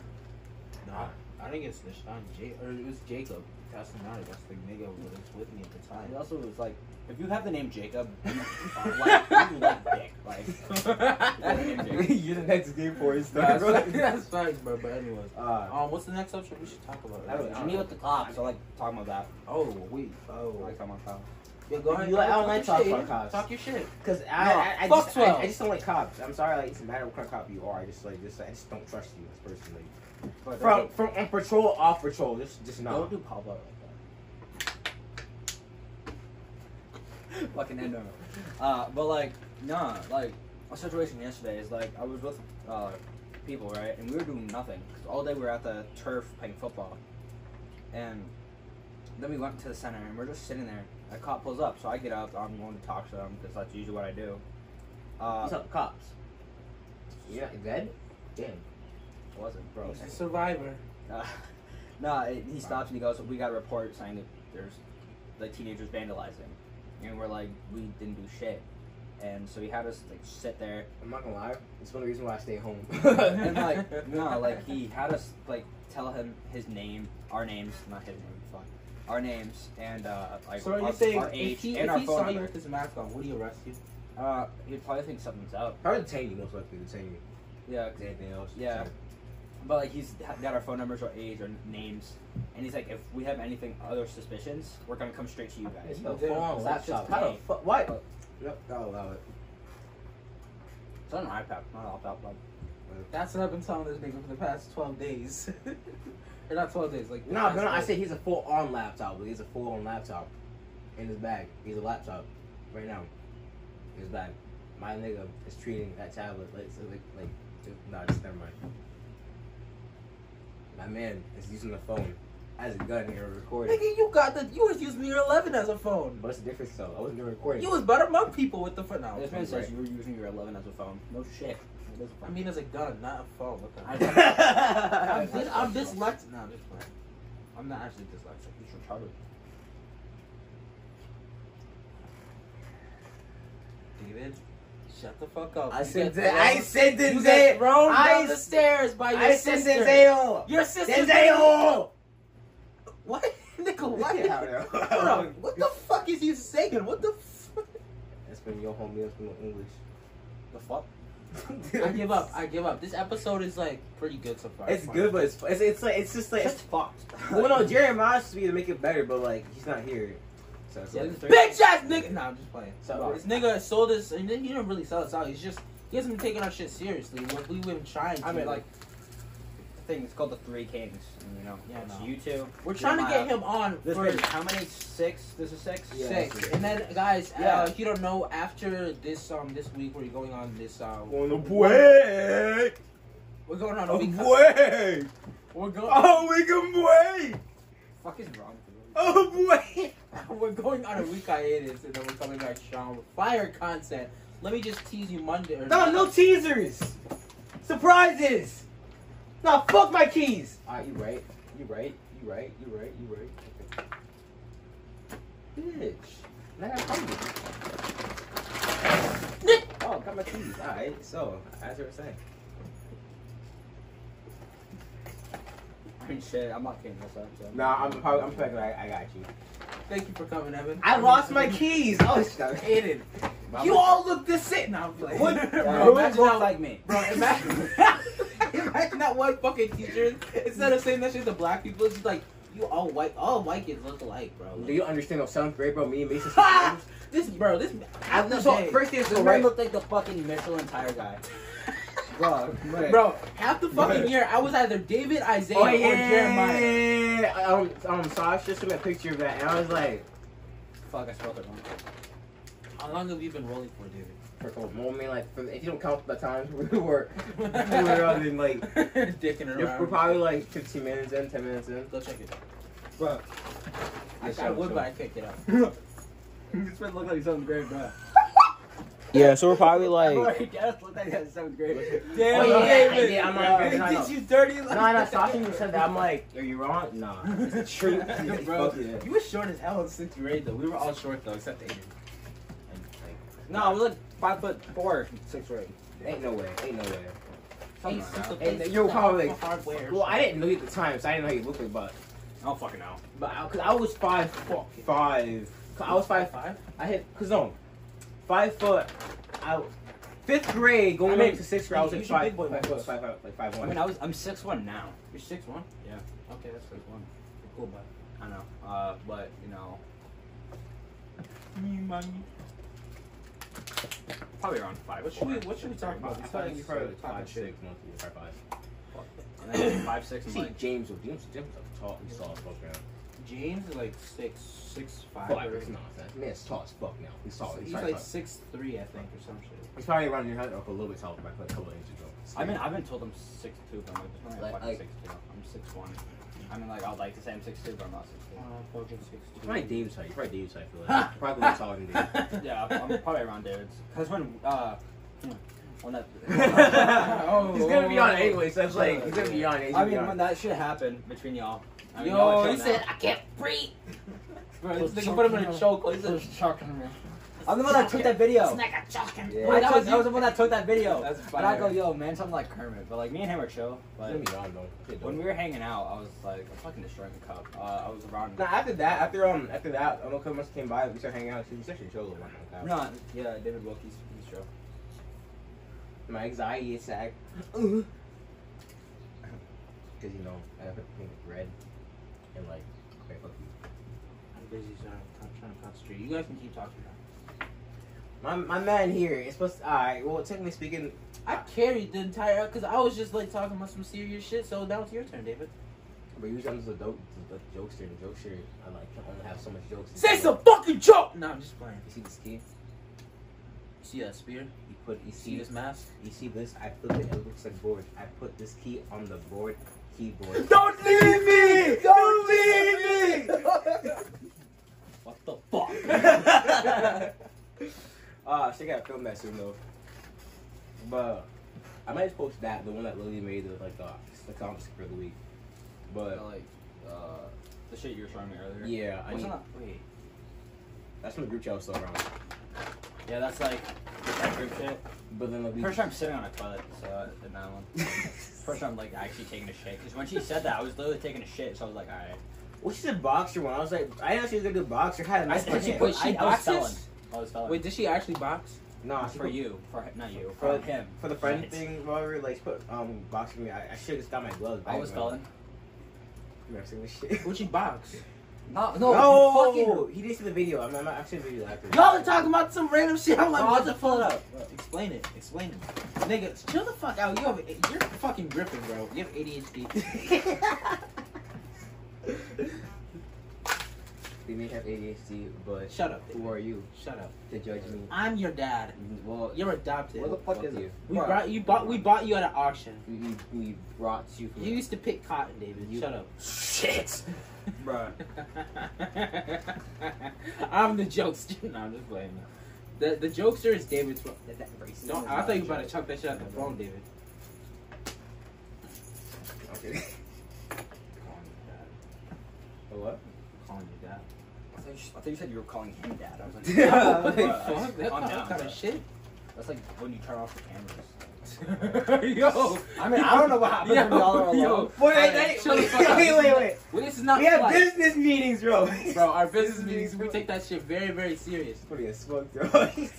Nah, I didn't get snitched on. Jay, or it was Jacob. That's not. That's the nigga who was with me at the time. It also was like, if you have the name Jacob, you like, you like dick. Like, You're the next game for it, Nah, stuff, that's, facts, that's facts, bro. But anyways, Uh, um, what's the next subject we should talk about? I don't I meet with the cops. I like talking about that. Oh wait. Oh. I like talking about cops. yeah, go ahead. You like- I don't like talk talk your about shit. cops. Talk your shit. Cause I, I, I, No, just, fuck I, 12. I just don't like cops. I'm sorry, like it's a matter of what kind of cop you are. I just like just I just don't trust you as personally. But From from on patrol off patrol, just just don't not. do Pablo like that. Fucking end over. Uh, but like, nah, like a situation yesterday is like I was with uh, people right, and we were doing nothing 'cause all day we were at the turf playing football, and then we went to the center and we're just sitting there. A cop pulls up, so I get up. I'm going to talk to them because that's usually what I do. Uh, What's up, cops? Yeah, dead. Damn, wasn't bro. He's a survivor. Uh, no, it, he stops and he goes, "We got a report saying that there's the teenagers vandalizing." and we're like, we didn't do shit. And so he had us like sit there I'm not gonna lie. It's one of the reasons why I stay home. and like no, like he had us like tell him his name, our names, not his name, fuck, our names, and uh, like so are our, you saying our age if he, and if our he phone saw you number. with this mask on, would he arrest you? Uh, he'd probably think something's up. Probably detain you, most likely detain you. Yeah, If anything else. Yeah. but like he's got our phone numbers, our age, our names, and he's like, if we have anything other suspicions, we're gonna come straight to you guys. It's no Damn, phone, so that's laptop. just How the me. fuck? What? Yep, I'll allow it. It's on an iPad, not an iPad. That's what I've been telling this nigga for the past twelve days. or not twelve days, like the No, past no, no. I week. said he's a full-on laptop. But he's a full-on laptop in his bag. He's a laptop right now. In his bag. My nigga is treating that tablet like so like like. No, just never mind. My man is using the phone as a gun here recording. Nigga, you got the you was using your eleven as a phone. What's the difference though? I wasn't doing recording. You was better among people with the phone. No, This man right. says you were using your 11 as a phone. No shit. It is a I phone. mean as a gun, not a phone. What the- I- I'm, I dys- I'm dyslexic. No, I'm just playing. I'm not actually dyslexic. He's retarded. David, shut the fuck up. You said got that. thrown- I said you got Denzel. thrown I down the s- stairs by your I said sister. Denzel. Your sister. Denzel. What, nigga? What? Yeah, I know. Hold on. What the fuck is you saying? What the? Fuck? That's been your homie. That's been your English. The fuck? I give up. I give up. This episode is like pretty good so far. It's good, but it's it's, it's like it's just like That's fucked. Well, no, Jeremiah used to be to make it better, but like he's not here, so it's Yeah, like, this bitch ass nigga. Nah, I'm just playing. so This nigga sold us. He didn't really sell us out. He's just he hasn't been taking our shit seriously. Like, we we've been trying. To. I mean, like, the thing, it's called the Three Kings. and, You know, Yeah, it's no. you two. we're trying to get Jeremiah. him on This for man, how many? Six? This is six? Yeah. six. And then guys, Yeah. uh, if you don't know, after this um this week we're going on this uh on the break, we're going on a a week. break, We're going oh we can break, fuck is wrong with oh break. we're going on a week hiatus and then we're coming back strong with fire content. Let me just tease you Monday. Or No, no teasers, surprises. No, fuck my keys. Alright, you right, you right, you right, you right, you right. Okay. Bitch, now I'm hungry. Nick! Oh, got my keys. Alright, so as you were saying, I mean, shit, I'm not kidding myself. So. nah, I'm probably I'm probably I, I got you. Thank you for coming, Evan. I lost my keys. I was hated. Mama- You all look the same. Now I'm playing. What? Yeah, Bro, imagine bro. how, like me. Bro, imagine, imagine that one fucking teacher. Instead of saying that shit to black people, it's just like you all white, all white kids look alike, bro. Do you understand what seventh grade, bro? Me and Mason. Ha! this, bro, this. I this so day- first day of This school, man right? looked like the fucking Michelin tire guy. Bro, wait. Bro, half the fucking Right. year I was either David, Isaiah, Oh or Jeremiah. yeah. Um, um, so I showed him a picture of that, and I was like, Fuck, I spelled it wrong. How long have you been rolling for, David? for a moment, like, for, if you don't count the times we were, we were on in like, dicking we're around. probably like 15 minutes in, 10 minutes in. Go check it. Bro, I, I would, but I can't get out. this man looked like seventh grade, bro. Yeah, so we're probably Bro, he does look like that seventh grade. Damn, Oh, yeah, David. yeah, I'm not- They no, did no. you dirty. like No, no, that. so I think you said that. I'm like, are you wrong? Nah, it's the truth. Bro. Fuck yeah. You were short as hell in sixth grade, though. We were all short, though, except Aiden. No, I'm like five foot four, sixth grade. Ain't no way. Ain't no way. Something Ace like that. is the Hey, best you're stuff probably- for hardware. Well, I didn't know you at the time, so I didn't know you looked like, but I don't fucking know. But I, cause I was five foot five. 'Cause I was five. five. I hit cause no, five foot. I fifth grade going I mean, into sixth grade. I was you- like you should five, big boy five, foot, muscles. five, five, like five I one. mean, I was I'm six one now. You're six one. Yeah. Okay, that's six one. Cool, bud. I know. Uh, but you know, Me, mommy. probably around five. What should four. we? What should we talk about? I thought you Besides probably uh, like five, shit. six, one, two, five, five. And then five six. I'm See, like, James was James, James was tall. He's tall as fuck now. James is like six, six five. Fuck, or- it's nonsense. Man's tall as fuck now. He's tall. He's, He's probably like tall. six three, I think, or some shit. He's probably around your head, or a little bit taller, like a couple of inches. though. I mean, I've been told I'm six two, but I'm like, there's no way Like- I'm like- fucking six two. I'm six one. I mean, like I'd like to say I'm six two, but I'm not six two. Uh, fucking six He's two. probably Dave's height. He's probably Dave's height. I feel like probably a little taller than Dave. yeah, I'm probably around David's. Cause when uh, when that. Oh, he's gonna be on anyway, so it's like oh, he's gonna be on. He's I gonna be mean, on. when that shit happened between y'all. I mean, Yo, y'all are Oh, he chill said now. I can't breathe. Bro, This this nigga nigga put him in a chokehold. He's This a- is shocking to me. I'm the one that took that video. like a choking. Yeah, Wait, I that took, was that was the you. one that took that video. That's and I go, fire. yo, man, something like Kermit. But like me and him are chill. But Let me on though. Shit, though. when we were hanging out, I was like, I'm fucking destroying the cup. Uh, I was around. Now after that, after um after that, um, a couple months came by, we started hanging out. She was actually chill one like that. No, yeah, David Wilkie's he's chill. My anxiety attack. Cause you know I have to think red and like okay, fuck you. I'm busy, so I'm trying to concentrate. You guys can keep talking. Now. My my man here is supposed. to... Alright, well technically speaking, I carried the entire because I was just like talking about some serious shit. So now it's your turn, David. but usually I'm just a dope, just a jokester. And jokester, I like can only have so much jokes. Say some fucking joke. No, I'm just playing. You see this kid? You see that spear? You put you See see this mask? You see this? I flip it. It looks like board. I put this key on the board keyboard. Ah, Don't leave me! Don't leave me! What the fuck? Ah, uh, she got film that soon though. But I might just post that, the one that Lily made of like uh, the comics for the week. But, But like, uh, the shit you were showing me earlier. yeah, I What's need, that? Wait. that's from the group chat I was still around. Yeah, that's like that group shit. But then like, we First time I'm sitting on a toilet, so I did that one. First time I'm like actually taking a shit. Because when she said that, I was literally taking a shit, so I was like, alright. well, she's a boxer one. I was like, I didn't know she was gonna do boxer. Had a nice I- I, she- hand. Wait, wait, she I- I was telling. boxes? I was telling. Wait, did she actually box? Nah, she for put- you, for hi- not you, For for him, for the friend thing, whatever. Like, she put um boxer me. I, I should have just got my gloves. I was man. felon. You ever seen this shit? Would she box? No, No, Oh, he didn't see the video. I'm, I'm not actually video after. Y'all are talking about some random shit. I'm like, Oh, what the pull it fuck? up. Explain it. Explain it. Nigga, chill the fuck out. You have you're fucking gripping, bro. You have ADHD. They may have ADHD, but Shut up. who are you Shut up. to judge me? I'm your dad. Well, You're adopted. where the fuck is you? We brought you bought we bought you at an auction. We, we, we brought you. From You used to pick cotton, David. You- Shut up. shit. Bruh. I'm the jokester. No, I'm just playing. The the jokester is David's. bro- That, that racist Don't. is I not thought you a were about to joke. chuck that shit out the phone, David. I'm kidding. Calling your dad. A what? Calling your dad. I thought, you, I thought you said you were calling him dad. I was like, Yeah, what the bruh, fuck? That's calm down, kind bruh. of shit. That's like when you turn off the cameras. yo, I mean, I don't know what happened Yo, when y'all are alone. yo. Wait, Alright, wait, shut the wait, fuck up. wait, wait, wait. Well, this is not We have like- business meetings, bro. bro. Our business meetings, we take that shit very, very serious. Pretty as fuck, bro. Red,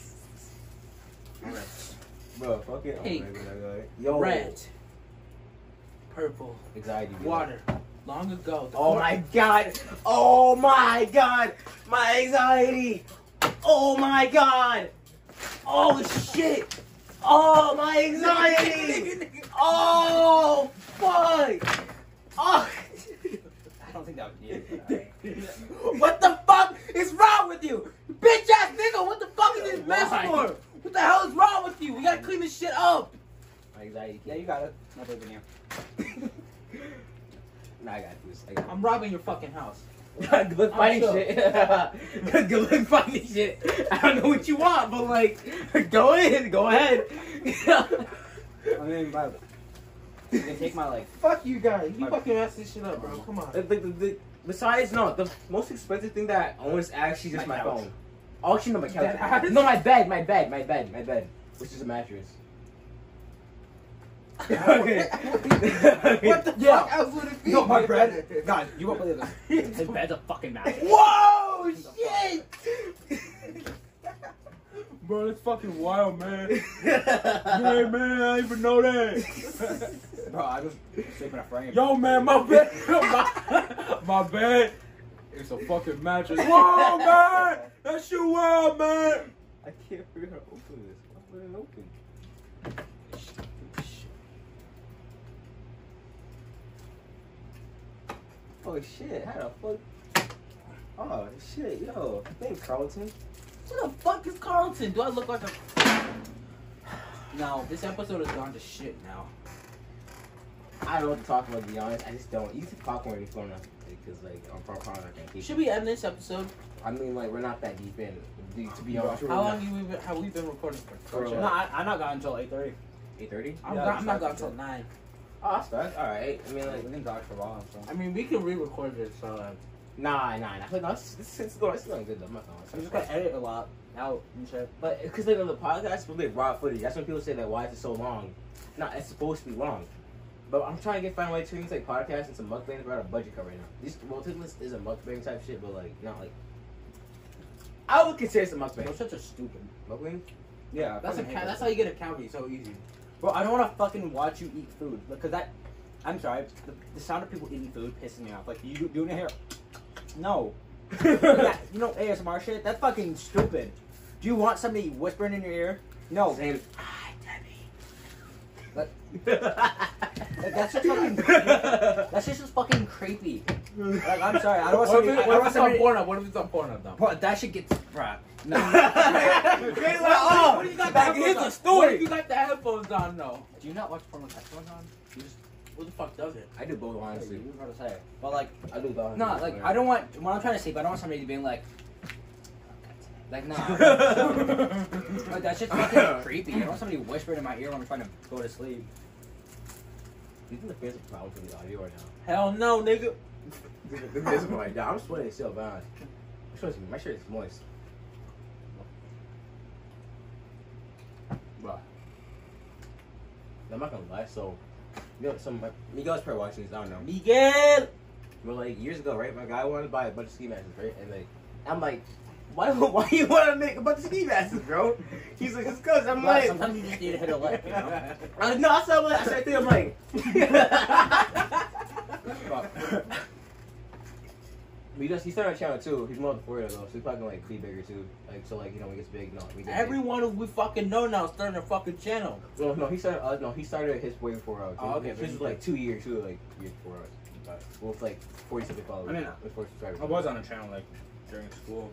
bro, fuck it. Pink. Oh, my God. Yo, purple, Anxiety. bro. water. Long ago. the Oh cor- my god! Oh my god! My anxiety! Oh my god! Oh shit! Oh my anxiety! Oh fuck! Oh! I don't think that would be it. What the fuck is wrong with you, bitch ass nigga? What the fuck is this mess Why? for? What the hell is wrong with you? We gotta clean this shit up. My anxiety. Yeah, you got it. Not big in here. Nah, I got this. I got I'm robbing your fucking house. this. Good luck finding I'm shit. Good luck finding shit. I don't know what you want, but like, go in, go ahead. I mean, bro, you can take my like. Fuck you guys. You My- fucking mess this shit up, bro. Come on. Uh, the, the, the, besides, no, the most expensive thing that I own is actually just My my, couch. phone. Oh, actually, no, my That couch. ass? No, my bed, my bed, my bed, my bed, which is a mattress. okay. What the Yeah. fuck else would it be? No, my bread. God, you won't believe this. His bed's a fucking mattress. Whoa, shit! Bro, that's fucking wild, man. man, I didn't even know that. Bro, I was sleeping in a frame. Yo, man, my bed, my, my bed, it's a fucking mattress. Whoa, man, that shit wild, man. I can't figure out how to open this. Why would it open? Oh shit, how the fuck? Oh shit, yo. Thanks, Carlton. Who the fuck is Carlton? Do I look like a? No, this episode has gone to shit now. I don't talk about to be honest. I just don't. You can talk when you're going up because like I'm probably not gonna keep. Should we end this episode? I mean, like we're not that deep in. d- To be honest, How long have we been, have we been recording for? For- No, I, I'm not gone until 8:30. Eight thirty. I'm, Yeah, not, I'm it's not not gone good. till nine. Oh, that's fast. All right. I mean, Like, like we can talk for a while. So. I mean, we can re-record this. So, like, Nah, nah, nah. No, this, this, this is going, this is going good though. I'm not I'm going. just gonna edit a lot out and shit. But because like on the podcast, we get raw footage. That's when people say that why is it so long? No, it's supposed to be long. But I'm trying to get find a way to turn these like podcasts into mukbangs without a budget cut right now. This well, this is a mukbang type shit, but like not like. I would consider this a Those mukbang. shits are stupid. Mukbang? Yeah, I That's a fucking hate ca- those. that's how you get a cavity so easy. Bro, I don't want to fucking watch you eat food because that. I'm sorry, the, the sound of people eating food pisses me off. Like you doing it here. No, That- you know ASMR shit. That's fucking stupid. Do you want somebody whispering in your ear? No, Same. That- That's that's just fucking. that's just, just fucking creepy. Like I'm sorry, I don't want What if somebody. it- what I don't if want it's on somebody. Pornhub? What if it's on Pornhub though? Bro, that shit gets bruh. No. Great laugh. What if you got Back the here's headphones the on? What if story. you got the headphones on though? Do you not watch porn with headphones on? You just What the fuck does it? I do both honestly. you know what I'm saying. But like, I do both. no, like I don't want. When I'm trying to sleep, I don't want somebody being like, like nah. like that shit's fucking creepy. I don't want somebody whispering in my ear when I'm trying to go to sleep. You think the fans are problem for the audio right now? Hell no, nigga. this one right now. I'm sweating so bad. I'm sweating- My shirt is moist. Bruh. I'm not gonna lie. So, you know, some of my, you guys probably watching this. I don't know. Miguel. But like years ago, right? My guy wanted to buy a bunch of ski masks, right? And like, I'm like, why? Why you want to make a bunch of ski masks, bro? He's like, it's cause I'm Bruh, like. sometimes you just need to hit a lick, you know? I'm like, no, I saw what I said. I'm like. Fuck. We just, he started a channel too. He's more than 40 though, so he's probably gonna like be bigger too. Like, so like, you know, when he gets big, no, we get big. Everyone who we fucking know now is starting a fucking channel. No, no, he started, uh, no, he started his way before us. Oh, okay, His was like two years, too, like, years before us. But with like 40 something followers. I mean, with 40 subscribers. I was on a channel like during school.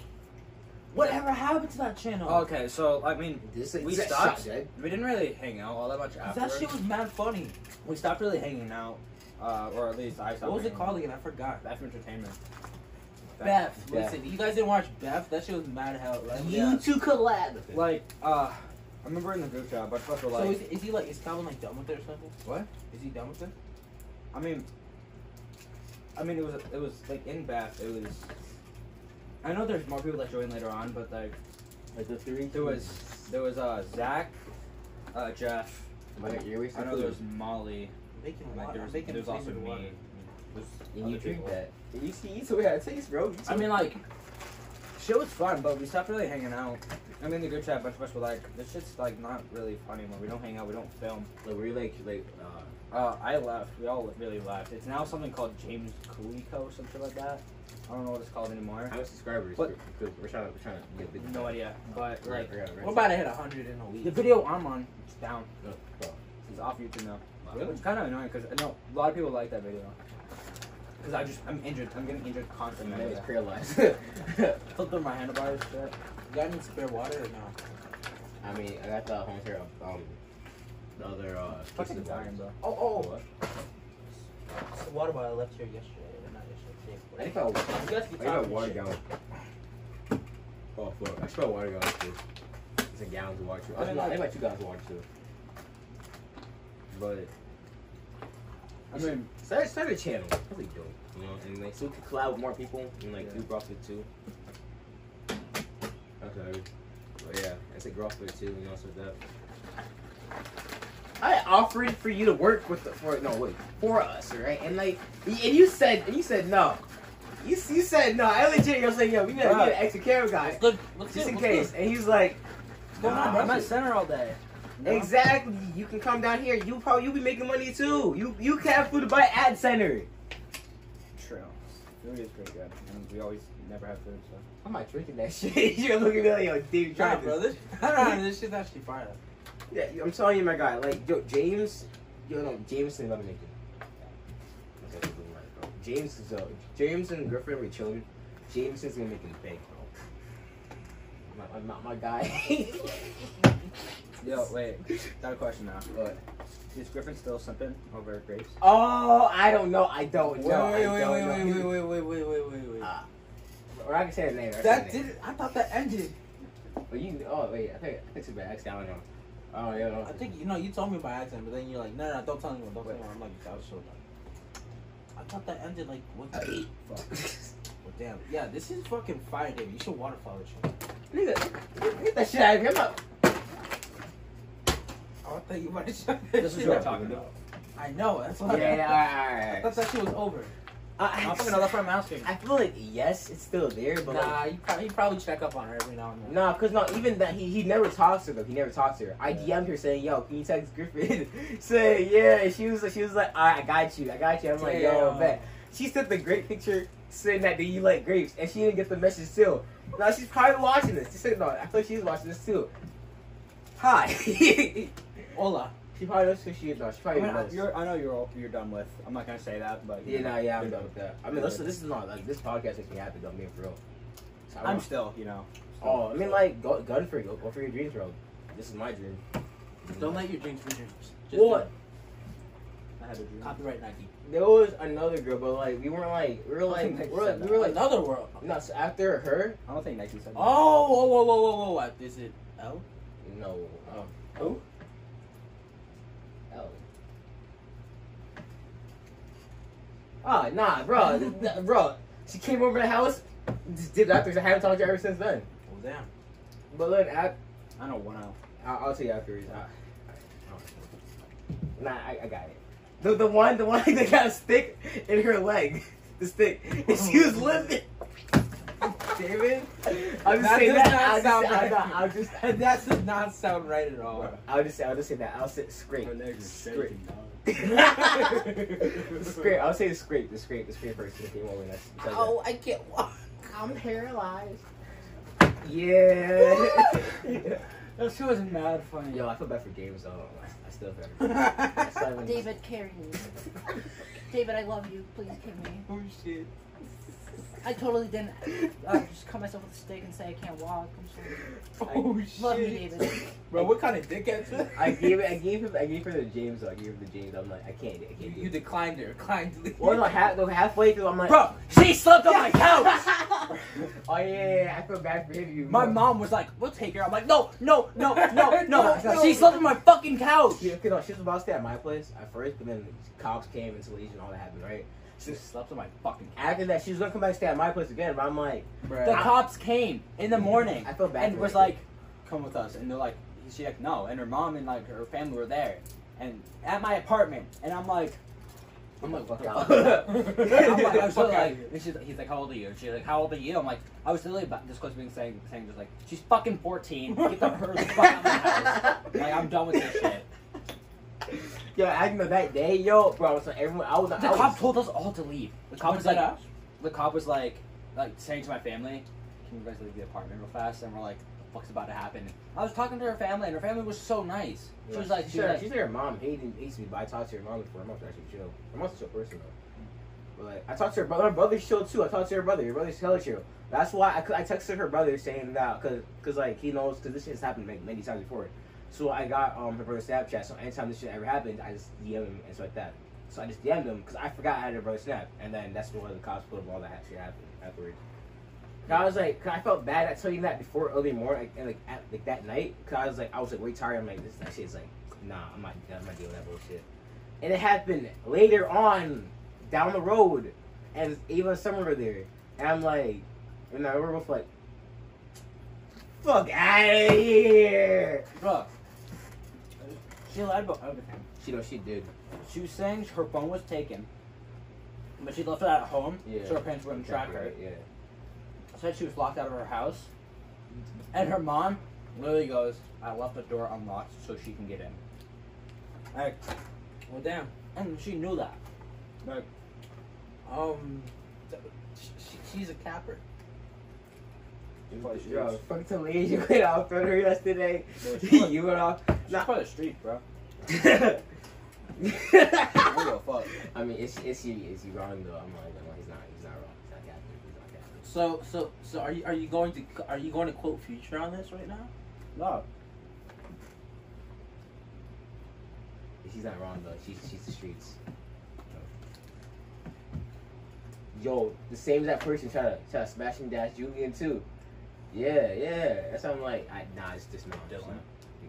Whatever happened to that channel? Okay, so I mean, This we exact stopped. shot, right? We didn't really hang out all that much after. that shit was mad funny. we stopped really hanging out, uh, or at least I stopped. What was it hanging called out. again? I forgot. Beth Entertainment. Beth. Beth. Listen, you guys didn't watch Beth? That shit was mad hell. Like, Yeah. two collab. Like, uh, I remember in the group chat, but fuck, So like, is, is he like, is Calvin like done with it or something? What? Is he done with it? I mean, I mean, it was it was like in Bath. It was. I know there's more people that joined later on, but like Like the three. there was there was uh Zach, uh Jeff. My earways. I know there was Molly. I'm making a Like lot. there was, I'm making there was a also flavor water. me. There's And other you drink people. that. And you see, you still had a taste, bro. You I still- mean, like, shit was fun, but we stopped really hanging out. I mean, the group chat, a bunch of us were like, this shit's like not really fun anymore. We don't hang out. We don't film. Like, were you like, like, uh, Uh, I left. We all really left. It's now something called James Coolico, something like that. I don't know what it's called anymore. how many subscribers? But- because we're trying to, we're trying to get big. No idea. But Right, like right, right. We're about to hit 100 in the a week. video I'm on, it's down. No, Oh, bro. It's off YouTube now. Really? It's kind of annoying because I know a lot of people like that video. Because I just I'm injured. I'm getting injured And constantly. that was Yeah. prayer life. Flipped over my handlebars. Shit. You got any spare water or no? I mean, I got the home care of um the other uh pieces Fucking of wires. dying, bro. Oh, What? It's the water bottle I left here yesterday. Or not yesterday. I today. think I, I You guys can think I talk got and water shit. gallon. Oh fuck! I spelled water gallon too. It's a gallon of water too. I, I was mean, not, I like- think like two gallons of water too. But I mean, start start a channel. That's like dope, you know. And like so we could collab with more people and like Yeah. do profit too. Okay. But yeah, it's a growth fit too, you know, so that. I offered for you to work with the, for no wait for us, right? And like, and you said and you said no. You, you said no. I legit was like, yo, we gotta get an extra camera guy What's good? What's just good? in What's good? case. And he's like, What's going on, Nah, bro? I'm at center all day. exactly. You can come down here. You probably you be making money too. You you can have food to buy at center. True. Food is pretty good, and we always never have food. So. I'm not drinking that shit. You're looking at me like, yo, Dave, try Nah, this. bro, this, nah, this shit's actually fire. Yeah, I'm telling you, my guy. Like, yo, James, yo, no, Jameson, let me make it. Okay, we're doing right, bro. James is uh, James and Griffin were chilling. Jameson's gonna make it big, bro. My, my, my guy. Yo, wait. Got a question now. But, Is Griffin still simping over Grace? oh, I don't know. I don't know. I don't wait, wait, know. wait, wait, wait, wait, wait, wait, wait, wait, wait. Ah, Or I can say his name. I can That say his did. I thought that ended. name. But you, oh wait, I think I think it's about X. I don't know. Oh yeah. No. I think you know you told me by accident, but then you're like, no, no, no don't tell anyone, don't tell anyone. I'm like, that was so dumb. I thought that ended like what? Fuck. Well, damn. Yeah, this is fucking fire, David. You should waterfall this shit. Nigga, get that shit out of here. I'm not. Oh, I thought you about to shut This is shit what I'm up. talking about. I know. That's Yeah, why. I yeah, thought that shit was over. alright. I'm fucking that's what I'm asking. Uh, I feel like yes, it's still there, but Nah, like, you probably, you probably check up on her every now and then. nah, cause not even that he he never talks to her. though. He never talks to her. I DM'd her saying, "Yo, can you text Griffin?" Say yeah. She was she was like, "All right, I got you, I got you." I'm like, "Yo, Damn. bet." She sent the grape picture saying that do you like grapes, and she didn't get the message still. Now she's probably watching this. She said, "No, I feel like she's watching this too." Hi. she Hola. probably knows who she is now. She I, probably mean, I, knows. you're, I know you're all, you're done with. I'm not gonna say that, but you Yeah, know, nah, yeah, I'm you're done with that. I mean, listen, this is not like this podcast makes me happy. Don't be for real. So I I'm want- still, you know. Oh, I mean, like, go, gun for go, go for your dreams, bro. This is my dream. Don't let your dreams be dreams. Just What? I had a dream. Copyright Nike. There was another girl, but like, we weren't like, we were like, we think were, they said we were like, no, Another world. no, so after her, I don't think Nike said that. Oh, whoa, whoa, whoa, whoa, whoa, what? Is it L? no, um, Who? oh. Ah, nah, bro, th- th- bro. She came over to the house, just did after. I haven't talked to her ever since then. Well, damn. But look, I, I know one out. I- I'll tell you afterwards. I, I, I- nah, I, I got it. The, the one, the one that got a stick in her leg, the stick, and she was limping. David, I'm just That saying does that. not I'll just, sound I'll, right. not- I'll just, I'll just, That does not sound right at all. I'll just, I'll just say that. I'll say scrape, Her legs are scrape, shaking, dog. scrape. I'll say the scrape, the scrape, the scrape person came over and that's- that's it. Oh, I can't walk. Oh, I'm paralyzed. Yeah. That shit was mad funny. Yo, I feel bad for games though. I, I still feel bad. I oh still haven't- David, carry me. David, I love you. Please carry me. shit. I totally didn't uh, just cut myself with a stick and say I can't walk. I'm sorry. Oh shit. Love you, David. Bro, what kind of dickhead? is I gave it. I gave him. I gave her the James. Though. I gave her the James. I'm like, I can't. I You, can't you do. it. declined her. Kindly. Or like half, no, halfway through, I'm like, Bro, she slept on my couch. oh yeah, yeah, yeah, I feel bad for you. My bro. mom was like, "We'll take her." I'm like, "No, no, no, no, no." No, no. she slept on my fucking couch. She, okay, no, she was about to stay at my place at first, but then cops came and police and all that happened, right? She slept on my fucking After that, she was gonna come back and stay at my place again, but I'm like, The Bruh. cops came in the morning I feel bad. and for was her. like, "Come with us." And they're like, "She like no." And her mom and like her family were there, and at my apartment. And I'm like, I'm like, fuck the out. I'm like, Get I'm the still fuck outta like, here. and she's, he's like, how old are you? And she's like, how old are you? I'm like, I was literally about, this close to being saying, saying just like, she's fucking 14. Get the her the fuck out of my house. Like, I'm done with this shit. Yo, I know that day, yo, bro, I was like, everyone, I was, The I was, cop told us all to leave. The cop was that like, out? the cop was like, like saying to my family, can you guys leave the apartment real fast? And we're like, the fuck's about to happen? I was talking to her family, and her family was so nice. She was like, she she's, her, was she's like, her mom. Hayden hates me, but I talked to her mom before. Her mom's actually chill. Her mom's a chill person though. But like, I talked to her brother. Her brother's chill too. I talked to her brother. Her brother's hella chill. That's why I, cou- I texted her brother saying that because cause, like he knows because this shit's happened many, many times before. So I got um her brother's Snapchat. So anytime this shit ever happens, I just DM him and stuff like that. So I just DM'd him because I forgot I had her brother's snap, and then that's where the cops put up all that shit happened afterwards. 'Cause I was like, 'cause I felt bad at telling you that before early morning, like, and like, at, like that night, because I was like, I was like way tired. I'm like, this that shit's like, nah, I'm not, I'm not dealing with that bullshit. And it happened later on, down the road, and Ava and Summer were there, and I'm like, and I we're both like, fuck out of here. bro. She lied about everything. She know she did. She was saying her phone was taken, but she left it at home, Yeah. so her parents wouldn't track her. Yeah. Said she was locked out of her house, and her mom literally goes, "I left the door unlocked so she can get in." Like, Well, damn. and she knew that. Like, Um, th- sh- sh- she's a capper. Probably Yo, shoes. fuck some lady you went off on her yesterday. No, she was- you went off. she's Nah. part of the street, bro. I don't give a fuck. I mean, is is he is he wrong though? I'm like, no, he's not. He's not wrong. He's not Captain. He's not Captain. So, so, so, are you are you going to are you going to quote Future on this right now? No, He's not wrong though. She's she's the streets. Yo, the same as that person try to try to smash him dash Julian too. Yeah, yeah. That's what I'm like. I, nah, it's just not Dylan.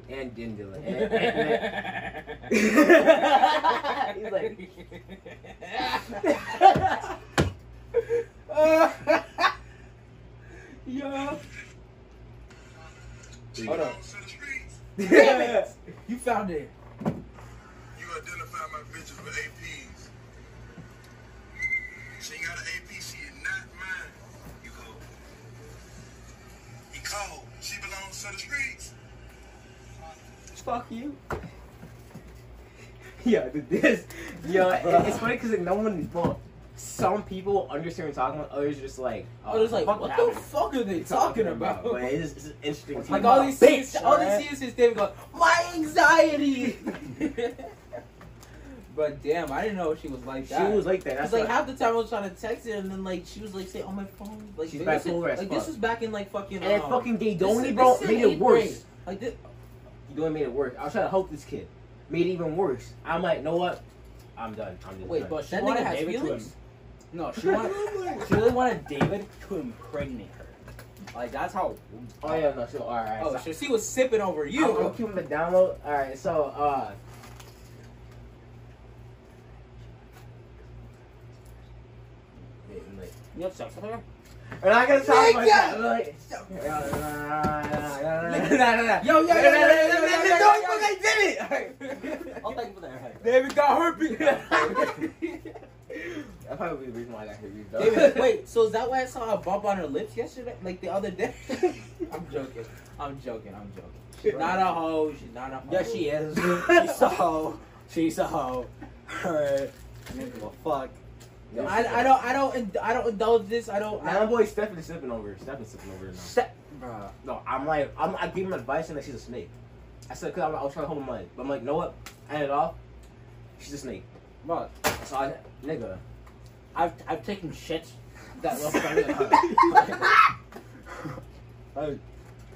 and then Dylan. And, and, and- He's like. to the streets. Fuck you. Yeah, the this. Yo, it- it's funny because like, no one. Well, some people understand what we're talking about. Others are just Oh, like, I was like, what the happened? fuck are they talking about? But it's, it's interesting. to Like you. all these scenes, Bitch, all man. these scenes is David going, my anxiety. but damn, I didn't know she was like She that. was like that. That's Cause like what- half the time I was trying to text her, and then like she was like, "Say on my phone." Like She's this is- bipolar as Like this fuck. was back in like fucking. and um, fucking gay this Donny, is- bro, this is in made it eighth worse. grade. Like this, You doing made it worse. I was trying to help this kid. Made it even worse. I'm like, know what? I'm done. I'm just wait, done. but she That wanted nigga has David feelings. No, she wanted. she really wanted David to impregnate her. Like that's how. Oh yeah, no, sure. All right. Oh, so so she was sipping over you. I'm, I'm keeping the download. All right, so uh. Wait, I'm like- You have sex with her? We're not gonna talk about Nigga! that. We're like- No, no, no. Yo, yo, yo, yo, yo, yo, yo, yo, yo, No, yo. but I did it. All right. I'll thank you for that. David got herpes. That probably be the reason why I got hit. though. David, wait. So is that why I saw a bump on her lips yesterday? Like the other day? I'm joking. I'm joking. I'm joking. She's not a hoe. She's not a hoe. Yeah, she is. She's a hoe. She's a hoe. Alright. I don't give a fuck. Yo, I, I don't I don't ind- I don't indulge this. I don't. I Now my don't boy Steph is slipping over. Steph is slipping over now. Step, bruh. No, I'm like, I'm, I gave him advice and like, she's a snake. I said, cause I'm, I was trying to hold my money. But I'm like, know what? End it off. She's a snake. Bruh. So I, nigga. I've I've taken shit that was I,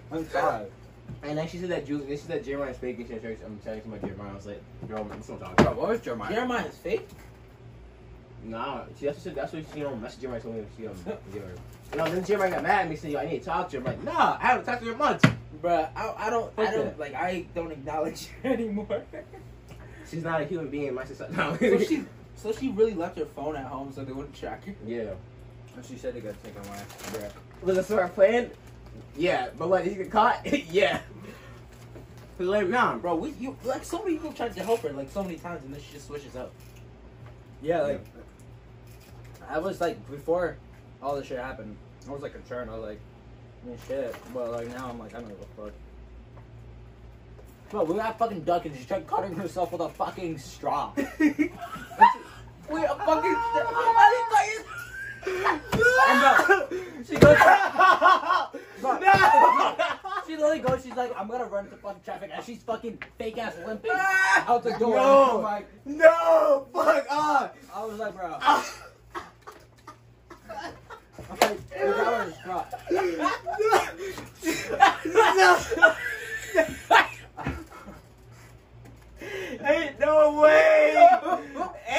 I'm sorry. and then she said that Jules, then she said that Jeremiah's fake and shit. church. I'm telling you about Jeremiah. I was like, bro, this don't talk Bro, about. what was Jeremiah? Jeremiah is fake. Nah, she, that's, what she, that's what she, um, that's what Jeremiah told me she, um, Mm-hmm. gave her. You know, then Jeremiah got mad at me, said, yo, I need to talk to her. I'm like, nah, I haven't talked to her in months. Bruh, I, I don't I Fuck don't that. like I don't acknowledge her anymore. She's not a human being in my society. No. so she so she really left her phone at home so they wouldn't track her. yeah. And she said it got taken away. Bruh. Was it sort of planned? Yeah, but like, did he get caught? yeah. Cause like, nah, bro. Bro, we you like so many people tried to help her like so many times and then she just switches up. Yeah, like I was like before all this shit happened, I was like concerned. I was like, I mean, shit. But like now, I'm like, I don't give a fuck. Bro, we got fucking duck and she tried cutting herself with a fucking straw. Wait, a fucking Ah! I and bro, she goes, bro, she literally goes, she's like, I'm gonna run into fucking traffic, and she's fucking fake ass limping out the door. No. I'm like, no, fuck off. I was like, bro, I'm Ah. like, that was a straw. no. Ain't no way.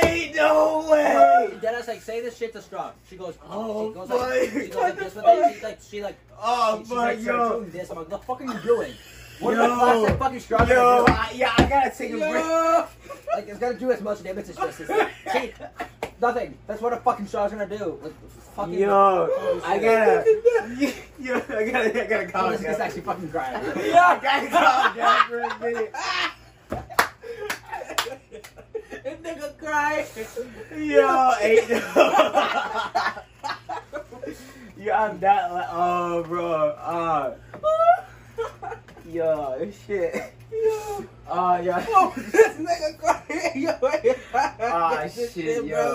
Ain't no way. Then I was like, say this shit to straw. She goes, Oh, she goes boy. like, she goes What like the this with it. fuck? She's like, she like, Oh, she's fuck, like, yo. yo. doing this. I'm like, the fuck are you doing? What Yo. the fuck that fucking straw Yo, gonna I, yeah, I gotta take do? a Yo. Like, it's gonna do as much damage as just this. See, nothing. That's what a fucking straw's gonna do. Like, fucking. break. Yo, Holy I shit. gotta. Yo, I gotta, I gotta calm This is down. actually fucking crying. Yo, I gotta calm down for a minute. This nigga cry. Yo, ain't no. Yo, I'm that like, oh, bro. Uh, yo, this shit. Yo. Oh, yo. Oh, this nigga crying. Yo, Ah, this shit, bro.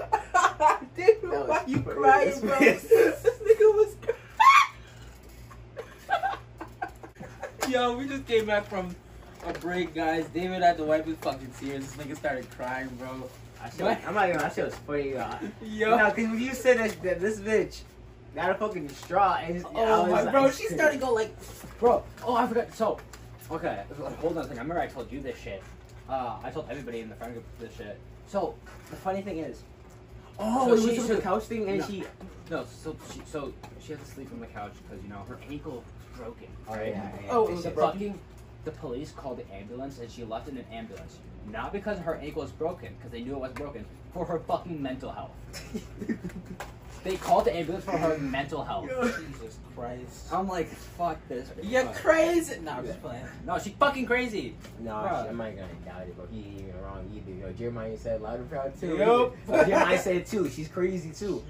Dude, was why you funny crying, as bro? fuck. this nigga was crying. Yo, we just came back from a break, guys. David had to wipe his fucking tears. This nigga started crying, bro. I should, I'm not even. I should was funny. Uh, Yo. No, because when you said that, that this bitch got a fucking straw, and it's- I Oh was my like, bro, she started going like Bro, oh, I forgot. So, okay, hold on a second. I remember I told you this shit. Uh, I told everybody in the friend group this shit. So, the funny thing is, Oh, So so she- she was the couch thing, and No. she. No, so she, so she has to sleep on the couch because you know her ankle is broken. Oh, yeah, yeah. Oh, it They was said broken? fucking- The police called the ambulance and she left in an ambulance, not because her ankle was broken, because they knew it was broken, for her fucking mental health. They called the ambulance for her mental health. Jesus Christ. I'm like, fuck this. bitch. You're Fuck. crazy. Nah, I'm just playing. no, she's fucking crazy. No, Bruh. shit, I'm not gonna doubt it, bro. He ain't even wrong either. Yo, Jeremiah said loud and proud too. Yup. Yo, Jeremiah said too. She's crazy too.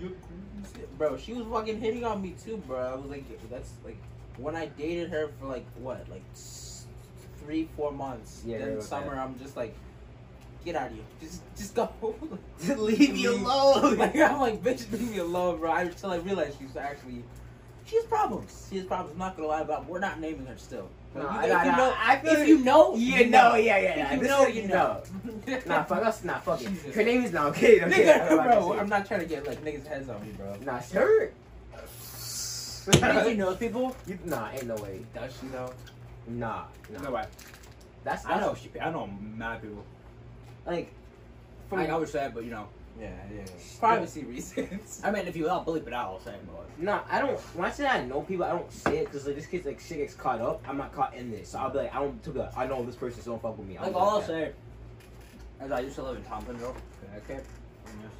Bro, she was fucking hitting on me too, bro. I was like, that's like, when I dated her for like what, like s- three, four months. Yeah, I then remember summer, that. I'm just like, get out of here. Just, just go. Leave me alone. like I'm like, bitch, leave me alone, bro. I- Until I realized she's actually, she has problems. She has problems. I'm not gonna lie about. We're not naming her still. But Nah, you- nah, if you nah, know- I feel if you know, Yeah, you no, know. yeah, yeah, yeah. If you This know, is- you know. Nah, fuck us. Nah, fuck it. Jesus. Her name is not okay. I'm kidding, Nigga, I'm not bro, gonna I'm not trying to get like niggas' heads on me, bro. say it. Nah, sure. Did you know people? You, nah, ain't no way. Does she though? Nah, nah. No way. That's I know she. I know mad people. Like, I, mean, I was sad, but you know. Yeah, yeah. Privacy reasons. I mean, if you, I'll bleep it out. I'll say it. but- Nah, I don't. When I say I know people, I don't say it because like this kid's like shit gets caught up. I'm not caught in this, so I'll be like, I don't. To be like, I know this person, so don't fuck with me. I'll Like be all I'll that. say is I used to live in Thompsonville, Connecticut. And there's,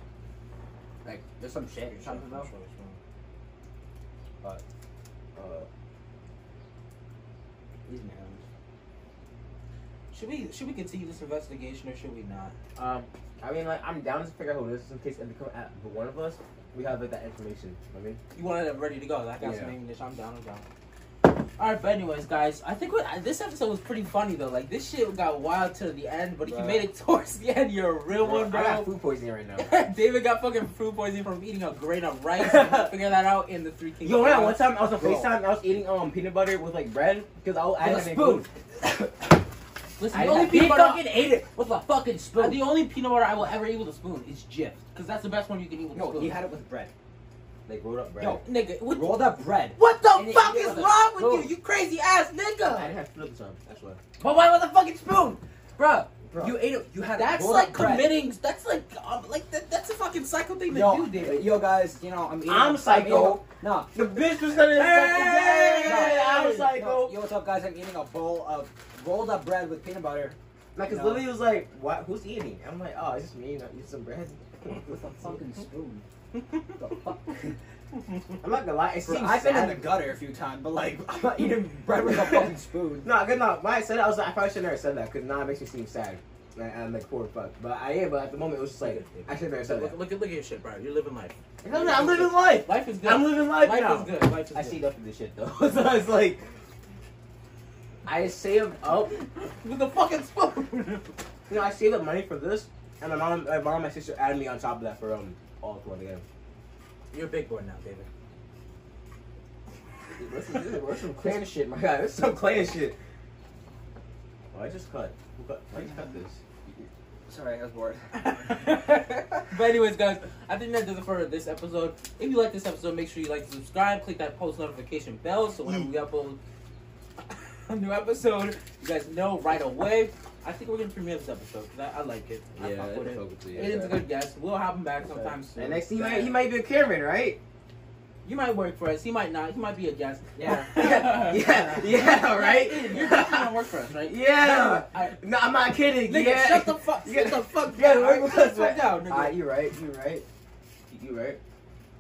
like there's some shit in Thompsonville. But Uh, these man, Should we should we continue this investigation or should we not? um, I mean, like, I'm down to figure out who this is in case it becomes at but one of us. We have like that information. I mean, You wanted it ready to go. I got Yeah. some English. I'm down. I'm down. All right, but anyways, guys, I think what, uh, this episode was pretty funny though. Like this shit got wild till the end, but if you Bruh. made it towards the end, you're a real one, I got bro. food poisoning right now. David got fucking food poisoning from eating a grain of rice. Figure that out in the three kings. Yo, yeah, one time I was on Bro. FaceTime, I was eating um peanut butter with like bread because I, I With didn't a have any spoon. food. Listen, I- the only I- peanut He butter fucking ate it with a fucking spoon. the only peanut butter I will ever eat with a spoon is Jif, because that's the best one you can eat with a no, spoon. he had it with bread. Like rolled up bread. Yo. nigga. What, Rolled up bread. what the And he fuck ate it is with a wrong with spoon. you? You crazy ass I nigga. didn't have food at the time. That's why. But why with a fucking spoon? Bruh, Bruh. you ate it. You had That's rolled like up bread. committing. That's like um, like that, that's a fucking psycho thing to Yo, do, David. yo, guys, you know I'm. Eating, I'm psycho. eating a- Nah. The bitch was gonna. Hey! No, I was like, no, oh. yo, what's up, guys? I'm eating a bowl of rolled up bread with peanut butter. Like, cause No. Lily was like, "What? Who's eating?" I'm like, "Oh, it's just me. I eat some bread." With a fucking spoon. the fuck? I'm not gonna lie. It Bro, seems I've been in sad. the gutter a few times, but like I'm not eating bread with a fucking spoon. No, good enough. When I said that, I was like, I probably shouldn't have said that because now it makes me seem sad. Like, I'm like poor fuck, but I am. But at the moment, it was just like I should have said Look, that. look at look at your shit, bro. You're living life. No, no, I'm living life. Life is good. I'm living life, life now. is good. Life is I good. see enough of this shit though, so it's like I saved up. With the fucking spoon. You know, I saved up money for this, and my mom, my mom, and my sister added me on top of that for um all one again. You're a big boy now, David. This is, this is we're some clan shit, my guy. This is some clan shit. Why I just cut? Who cut? Why just cut this? Sorry, I was bored. but anyways, guys, I think that does it for this episode. If you like this episode, make sure you like, subscribe, click that post notification bell, so whenever we upload a new episode, you guys know right away. I think we're gonna premiere this episode because I, I like it. I fuck with it. Aiden's a good guest. We'll have him back sometime soon. And next thing you might, you might be a cameraman, right? You might work for us. He might not. He might be a guest. Yeah. yeah, yeah, yeah, right? You're just gonna work for us, right? yeah. I, No, I'm not kidding. nigga, yeah. shut the fuck, shut Yeah. the fuck Yeah, down. work with Shut us, the fuck right? down, nigga. Ah, you right. You right. You right.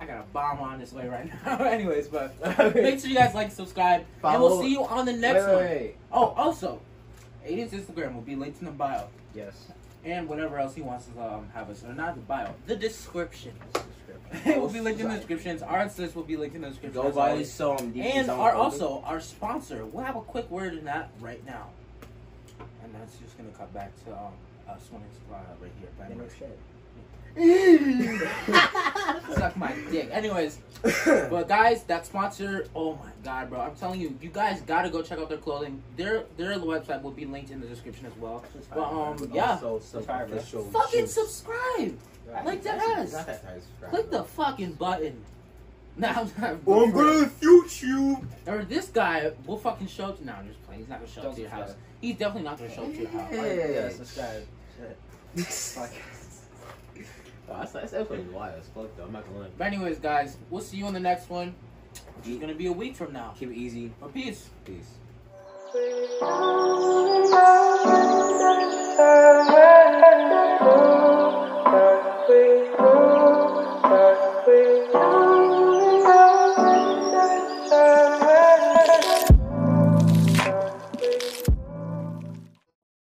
I got a bomb on this way right now. Anyways, but make sure you guys like, subscribe, and we'll Follow- see you on the Wait, next wait, one. wait. Oh, also, Aiden's Instagram will be linked in the bio Yes. and whatever else he wants to um, have us, or not the bio, the description. it will be linked in the descriptions. Our list will be linked in the description. Go as buy always. some. And our also our sponsor. We'll have a quick word in that right now, and that's just gonna cut back to um us when it's uh, right here. But Yeah, no anyways, shit. suck my dick. Anyways, but guys, that sponsor. Oh my god, bro! I'm telling you, you guys gotta go check out their clothing. Their their website will be linked in the description as well. But um, yeah, Also, some Sorry, bro. official fucking shoes. subscribe. Like that ass. Not that tight, subscribe, Click the though. fucking button. Now, I'm gonna shoot you. or this guy will fucking show up. No, I'm just playing. He's not gonna show up Don't to your subscribe. house. He's definitely not gonna show up to your house. Yeah. Yeah, subscribe. Fuck. Fuck. Oh, that's, that's definitely wild as fuck though. I'm not gonna lie. But anyways, guys, we'll see you on the next one. It's gonna be a week from now. Keep it easy. But peace. Peace. Thank you.